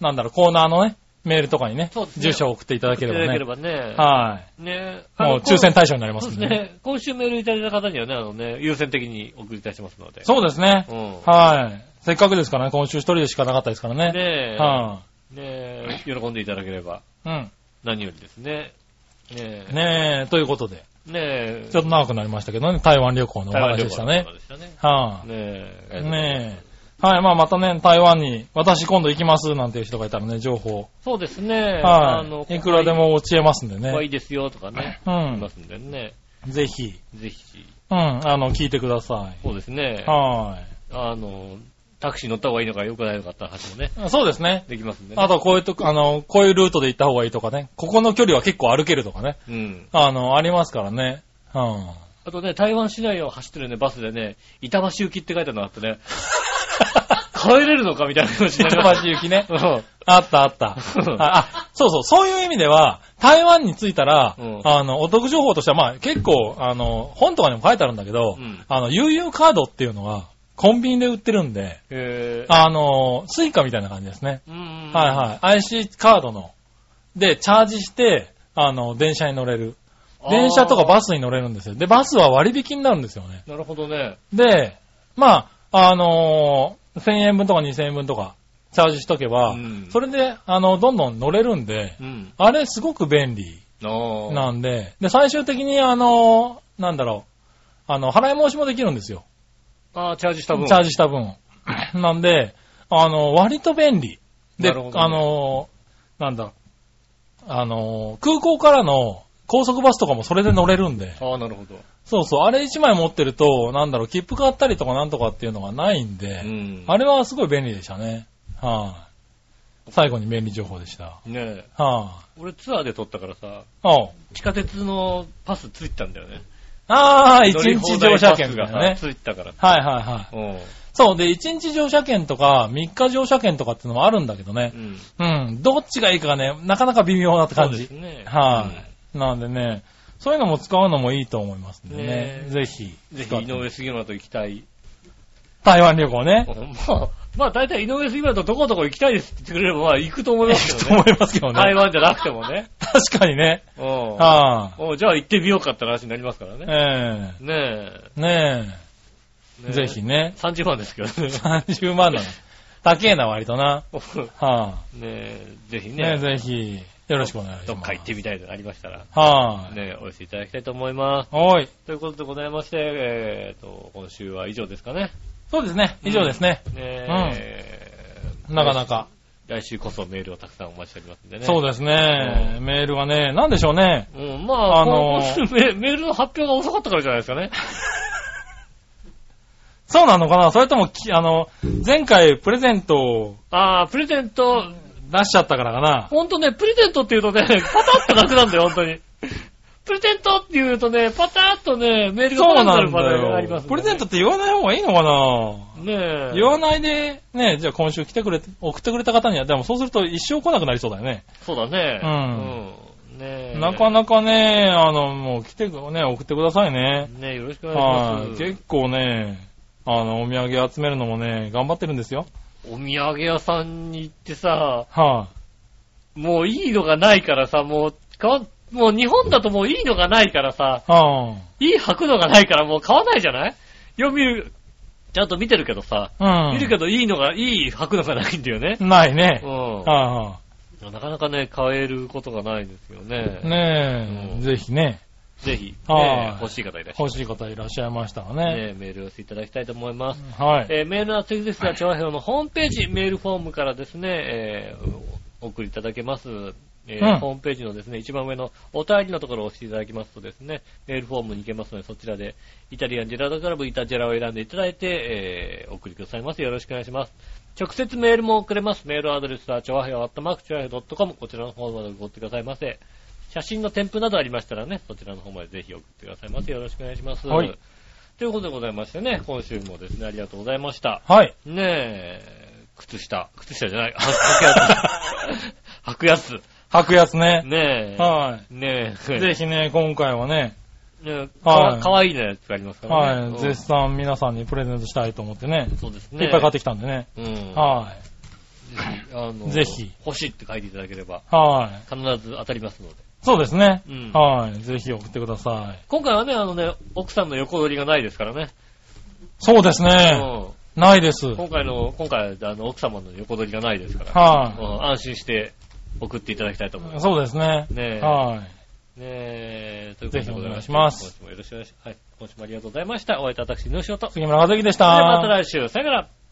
Speaker 3: なんだろう、コーナーのね、メールとかにね、
Speaker 2: そうですね
Speaker 3: 住所を送っていただければ
Speaker 2: いただけれ
Speaker 3: ね。
Speaker 2: ばね。
Speaker 3: は
Speaker 2: ね
Speaker 3: い。もう抽選対象になりま
Speaker 2: そ
Speaker 3: す
Speaker 2: うんです
Speaker 3: でね。
Speaker 2: ね。今週メールいただいた方にはね、あのね、優先的に送り出しますので。
Speaker 3: そうですね。
Speaker 2: うん
Speaker 3: はい。せっかくですからね、今週一人でしかなかったですからね。
Speaker 2: ねえ。
Speaker 3: は
Speaker 2: ねえ、喜んでいただければ
Speaker 3: い、
Speaker 2: 何よりですね。ね
Speaker 3: うん。ねえ、ということで、
Speaker 2: え。ねえ。
Speaker 3: ちょっと長くなりましたけどね、台湾旅行のお
Speaker 2: 台湾
Speaker 3: 話
Speaker 2: 旅
Speaker 3: でし
Speaker 2: 行
Speaker 3: た
Speaker 2: の
Speaker 3: ね
Speaker 2: 方。でしたね。
Speaker 3: はい、
Speaker 2: ねえ。
Speaker 3: ねえ。はい、まあまたね、台湾に、私今度行きますなんていう人がいたらね、情報。
Speaker 2: そうですね。あの
Speaker 3: は、い。いくらでも教えますんで
Speaker 2: ここはい
Speaker 3: ね。
Speaker 2: いですよとかね、
Speaker 3: う
Speaker 2: いま
Speaker 3: ん。
Speaker 2: すんでね。
Speaker 3: ぜひ。
Speaker 2: ぜひ、
Speaker 3: うん、あの、聞いてくださ
Speaker 2: そうですね
Speaker 3: い。。はい。
Speaker 2: あの、タクシー乗った方がいいのか良くないのかって話もね、
Speaker 3: そうですね。
Speaker 2: できますんでね。
Speaker 3: あと、こういうとこ、あの、こういうルートで行った方がいいとかね。ここの距離は結構歩けるとかね。
Speaker 2: うん。
Speaker 3: あの、ありますからね。
Speaker 2: <laughs>
Speaker 3: うん。
Speaker 2: あとね、台湾市内を走ってるね、バスでね、板橋行きって書いてあるのがあってね、 <laughs> 帰れるのかみたいな話になりま。
Speaker 3: 板橋行きね
Speaker 2: うん
Speaker 3: あったあった。
Speaker 2: うん
Speaker 3: あ、あそうそう、そういう意味では、台湾に着いたら、
Speaker 2: うん
Speaker 3: あの、お得情報としては、まあ結構、あの、本とかにも書いてあるんだけど、
Speaker 2: うん
Speaker 3: あの、悠々カードっていうのが、コンビニで売ってるんで、
Speaker 2: <laughs> へ
Speaker 3: あの、スイカみたいな感じですね。
Speaker 2: ぇー。
Speaker 3: はい
Speaker 2: い。
Speaker 3: はい。IC カードの、で、チャージして、あの、電車に乗れる。電車とかバスに乗れるんですよ。で、バスは割引になるんですよね。
Speaker 2: なるほどね。
Speaker 3: で、まあ、あのー1000円分とか2000円分とか、チャージしとけば、
Speaker 2: うん
Speaker 3: それで、あの、どんどん乗れるんで、
Speaker 2: うん。
Speaker 3: あれすごく便利
Speaker 2: あー
Speaker 3: なんで、で、最終的に、あのーなんだろう、あの、払い申しもできるんですよ。
Speaker 2: あー、チャージし
Speaker 3: チ
Speaker 2: た分。
Speaker 3: ャー
Speaker 2: ジ。
Speaker 3: ジし
Speaker 2: <clears throat>
Speaker 3: た分。なんで、あの、割と便利。で、
Speaker 2: なるほどね
Speaker 3: あのーなんだろう、あのー空港からの高速バスとかもそれで乗れるんで、
Speaker 2: ああ、なるほど。
Speaker 3: そうそう、あれ1枚持ってると、なんだろう、切符買ったりとかなんとかっていうのがないんで、
Speaker 2: うん。
Speaker 3: あれはすごい便利でしたね。はい、最後に便利情報でした。はい、
Speaker 2: ねえ。俺ツアーで撮ったからさ、
Speaker 3: おう
Speaker 2: 地下鉄のパスついてたんだよね。
Speaker 3: ああ、一
Speaker 2: 乗り放
Speaker 3: 日
Speaker 2: 題
Speaker 3: 乗車券みたい
Speaker 2: パスが
Speaker 3: な
Speaker 2: ね
Speaker 3: ね。
Speaker 2: ついてたから。
Speaker 3: はいはいはい。
Speaker 2: うん。
Speaker 3: そう、で、一日乗車券とか、三日乗車券とかっていうのもあるんだけどね
Speaker 2: う。ん。
Speaker 3: うん、どっちがいいかがね、なかなか微妙なって感
Speaker 2: そうで
Speaker 3: じ。
Speaker 2: すね。
Speaker 3: はい、なんでね、そういうのも使うのもいいと思いますんでね。
Speaker 2: ねえ
Speaker 3: ぜひ。
Speaker 2: い。ぜひ、井上杉村と行きたい。
Speaker 3: 台湾旅行ね
Speaker 2: ま。あ、まあ大体井上杉村とどこどこ行きたいですって言ってくれれば、まあ行くと思いますけ
Speaker 3: と
Speaker 2: どね
Speaker 3: 思。いますけど
Speaker 2: 台
Speaker 3: ね。
Speaker 2: 湾じゃなくてもね。
Speaker 3: 確かにね。
Speaker 2: うん。
Speaker 3: はあ、
Speaker 2: おじゃあ行ってみようかって話になりますからね。
Speaker 3: え
Speaker 2: ね
Speaker 3: え
Speaker 2: え。
Speaker 3: ねえ、
Speaker 2: ねえ
Speaker 3: ぜひ。ね。
Speaker 2: 30万ですけ
Speaker 3: <laughs>
Speaker 2: どね。
Speaker 3: 30万なの。高えな、割とな。は
Speaker 2: ねえ、ぜひ
Speaker 3: い、
Speaker 2: ね
Speaker 3: ね。ぜひ、よろしくお願いします。
Speaker 2: どっか行ってみたいのがありましたら、
Speaker 3: はい、
Speaker 2: ね、お寄せいただきたいと思います。
Speaker 3: おい。
Speaker 2: ということでございまして、えーと、今週は以上ですかね。
Speaker 3: そうですね。以上ですね。
Speaker 2: ねえ
Speaker 3: なかなか。
Speaker 2: 来週こそメールをたくさんお待ちしておりますんでね。
Speaker 3: そうですね。メールはね、なんでしょうね。
Speaker 2: うん、まあ、
Speaker 3: あのー
Speaker 2: こうメメールの発表が遅かったからじゃないですかね。
Speaker 3: そうなのかなそれともき、あの、前回プレゼントを
Speaker 2: ああ、プレゼント、
Speaker 3: 出しちゃったからかな <laughs>
Speaker 2: ほんとね、プレゼントって言うとね、パタッとなくなんだよ、ほんとに。プレゼントって言うとね、パターッとね、メールが
Speaker 3: そう
Speaker 2: 来な
Speaker 3: な
Speaker 2: くる
Speaker 3: ん
Speaker 2: 場
Speaker 3: だ
Speaker 2: 合がありま
Speaker 3: よ
Speaker 2: す、。ね。
Speaker 3: プレゼントって言わない方がいいのかな
Speaker 2: ねえ。
Speaker 3: 言わないで、ね、じゃあ今週来てくれて、送ってくれた方には、でもそうすると一生来なくなりそうだよね。
Speaker 2: そうだね。うん。ねえ。
Speaker 3: なかなかね、あの、もう来てく、ね、送ってくださいね。
Speaker 2: ねえ、よろしくお願いし
Speaker 3: は
Speaker 2: ま
Speaker 3: い。
Speaker 2: す。
Speaker 3: 結構ね、あの、お土産集めるのもね、頑張ってるんですよ。
Speaker 2: お土産屋さんに行ってさ、
Speaker 3: は
Speaker 2: もういいのがないからさ、もう、買わ、もう日本だともういいのがないからさ、
Speaker 3: い。は
Speaker 2: いい履くのがないからもう買わないじゃないよ、見る、ちゃんと見てるけどさ、
Speaker 3: あ。うん。
Speaker 2: 見るけどいいのが、いい履くのがないんだよね。
Speaker 3: ないね。
Speaker 2: うん。
Speaker 3: は
Speaker 2: なかなかね、買えることがないですよね。
Speaker 3: いはい。ね
Speaker 2: うん
Speaker 3: え、ぜひね、
Speaker 2: ぜひ、
Speaker 3: はい
Speaker 2: ね欲しい方いらっしゃい
Speaker 3: 欲しい方いらっしゃいましたら
Speaker 2: ま
Speaker 3: ね。
Speaker 2: ね、メールをしていただきたいと思います。
Speaker 3: はい。
Speaker 2: えーメールは次ですが、調和表のホームページ、メールフォームからですね、えーお送りいただけます。えー
Speaker 3: うん
Speaker 2: ホームページのですね、一番上のお便りのところを押していただきますとですね、メールフォームに行けますので、そちらで、イタリアンジェラードクラブイタジェラを選んでいただいて、えーお送りくださいます。よろしくお願いします。直接メールも送れます。メールアドレスは、調和表アットマーク調和表 .com、こちらの方まで送ってくださいませ。写真の添付などありましたらね、そちらの方までぜひ送ってくださいませ。よろしくお願いします。
Speaker 3: はい
Speaker 2: ということでございましてね、今週もですね、ありがとうございました。
Speaker 3: はい。
Speaker 2: ねえ、靴下、靴下じゃない、履くや
Speaker 3: <laughs>
Speaker 2: つ。履く
Speaker 3: 履くやつ
Speaker 2: やつ。ね
Speaker 3: ね。は
Speaker 2: え、ね
Speaker 3: い。
Speaker 2: え、
Speaker 3: ぜひね、今回はね、
Speaker 2: ねえか
Speaker 3: はい
Speaker 2: かわいいねやつがありますからね。
Speaker 3: は
Speaker 2: うん
Speaker 3: い。絶賛皆さんにプレゼントしたいと思ってね。
Speaker 2: そうですね。
Speaker 3: いっぱい買ってきたんでね。
Speaker 2: うん。
Speaker 3: は
Speaker 2: ぜひ、あの、
Speaker 3: <laughs> ぜひ
Speaker 2: 欲しいって書いていただければ、
Speaker 3: い。はい。
Speaker 2: 必ず当たりますので。
Speaker 3: そうですね。
Speaker 2: うん
Speaker 3: はい。ぜひ送ってください。
Speaker 2: 今回はね、あのね、奥さんの横取りがないですからね。
Speaker 3: そうです
Speaker 2: う
Speaker 3: ね。
Speaker 2: ん。
Speaker 3: ないです。
Speaker 2: 今回の、今回、あの、奥様の横取りがないですから。
Speaker 3: は
Speaker 2: うん安心して送っていただきたいと思います。
Speaker 3: い。そうですね。
Speaker 2: ねえ。
Speaker 3: は
Speaker 2: ねえ、ということで
Speaker 3: ぜひお願いし
Speaker 2: ござ
Speaker 3: ます
Speaker 2: 今週もよろしくお願いします。はい。今週もありがとうございました。お会いいた私、ぬしおと。
Speaker 3: い。杉村和樹でし
Speaker 2: それで
Speaker 3: た。
Speaker 2: はまた来週。さよなら。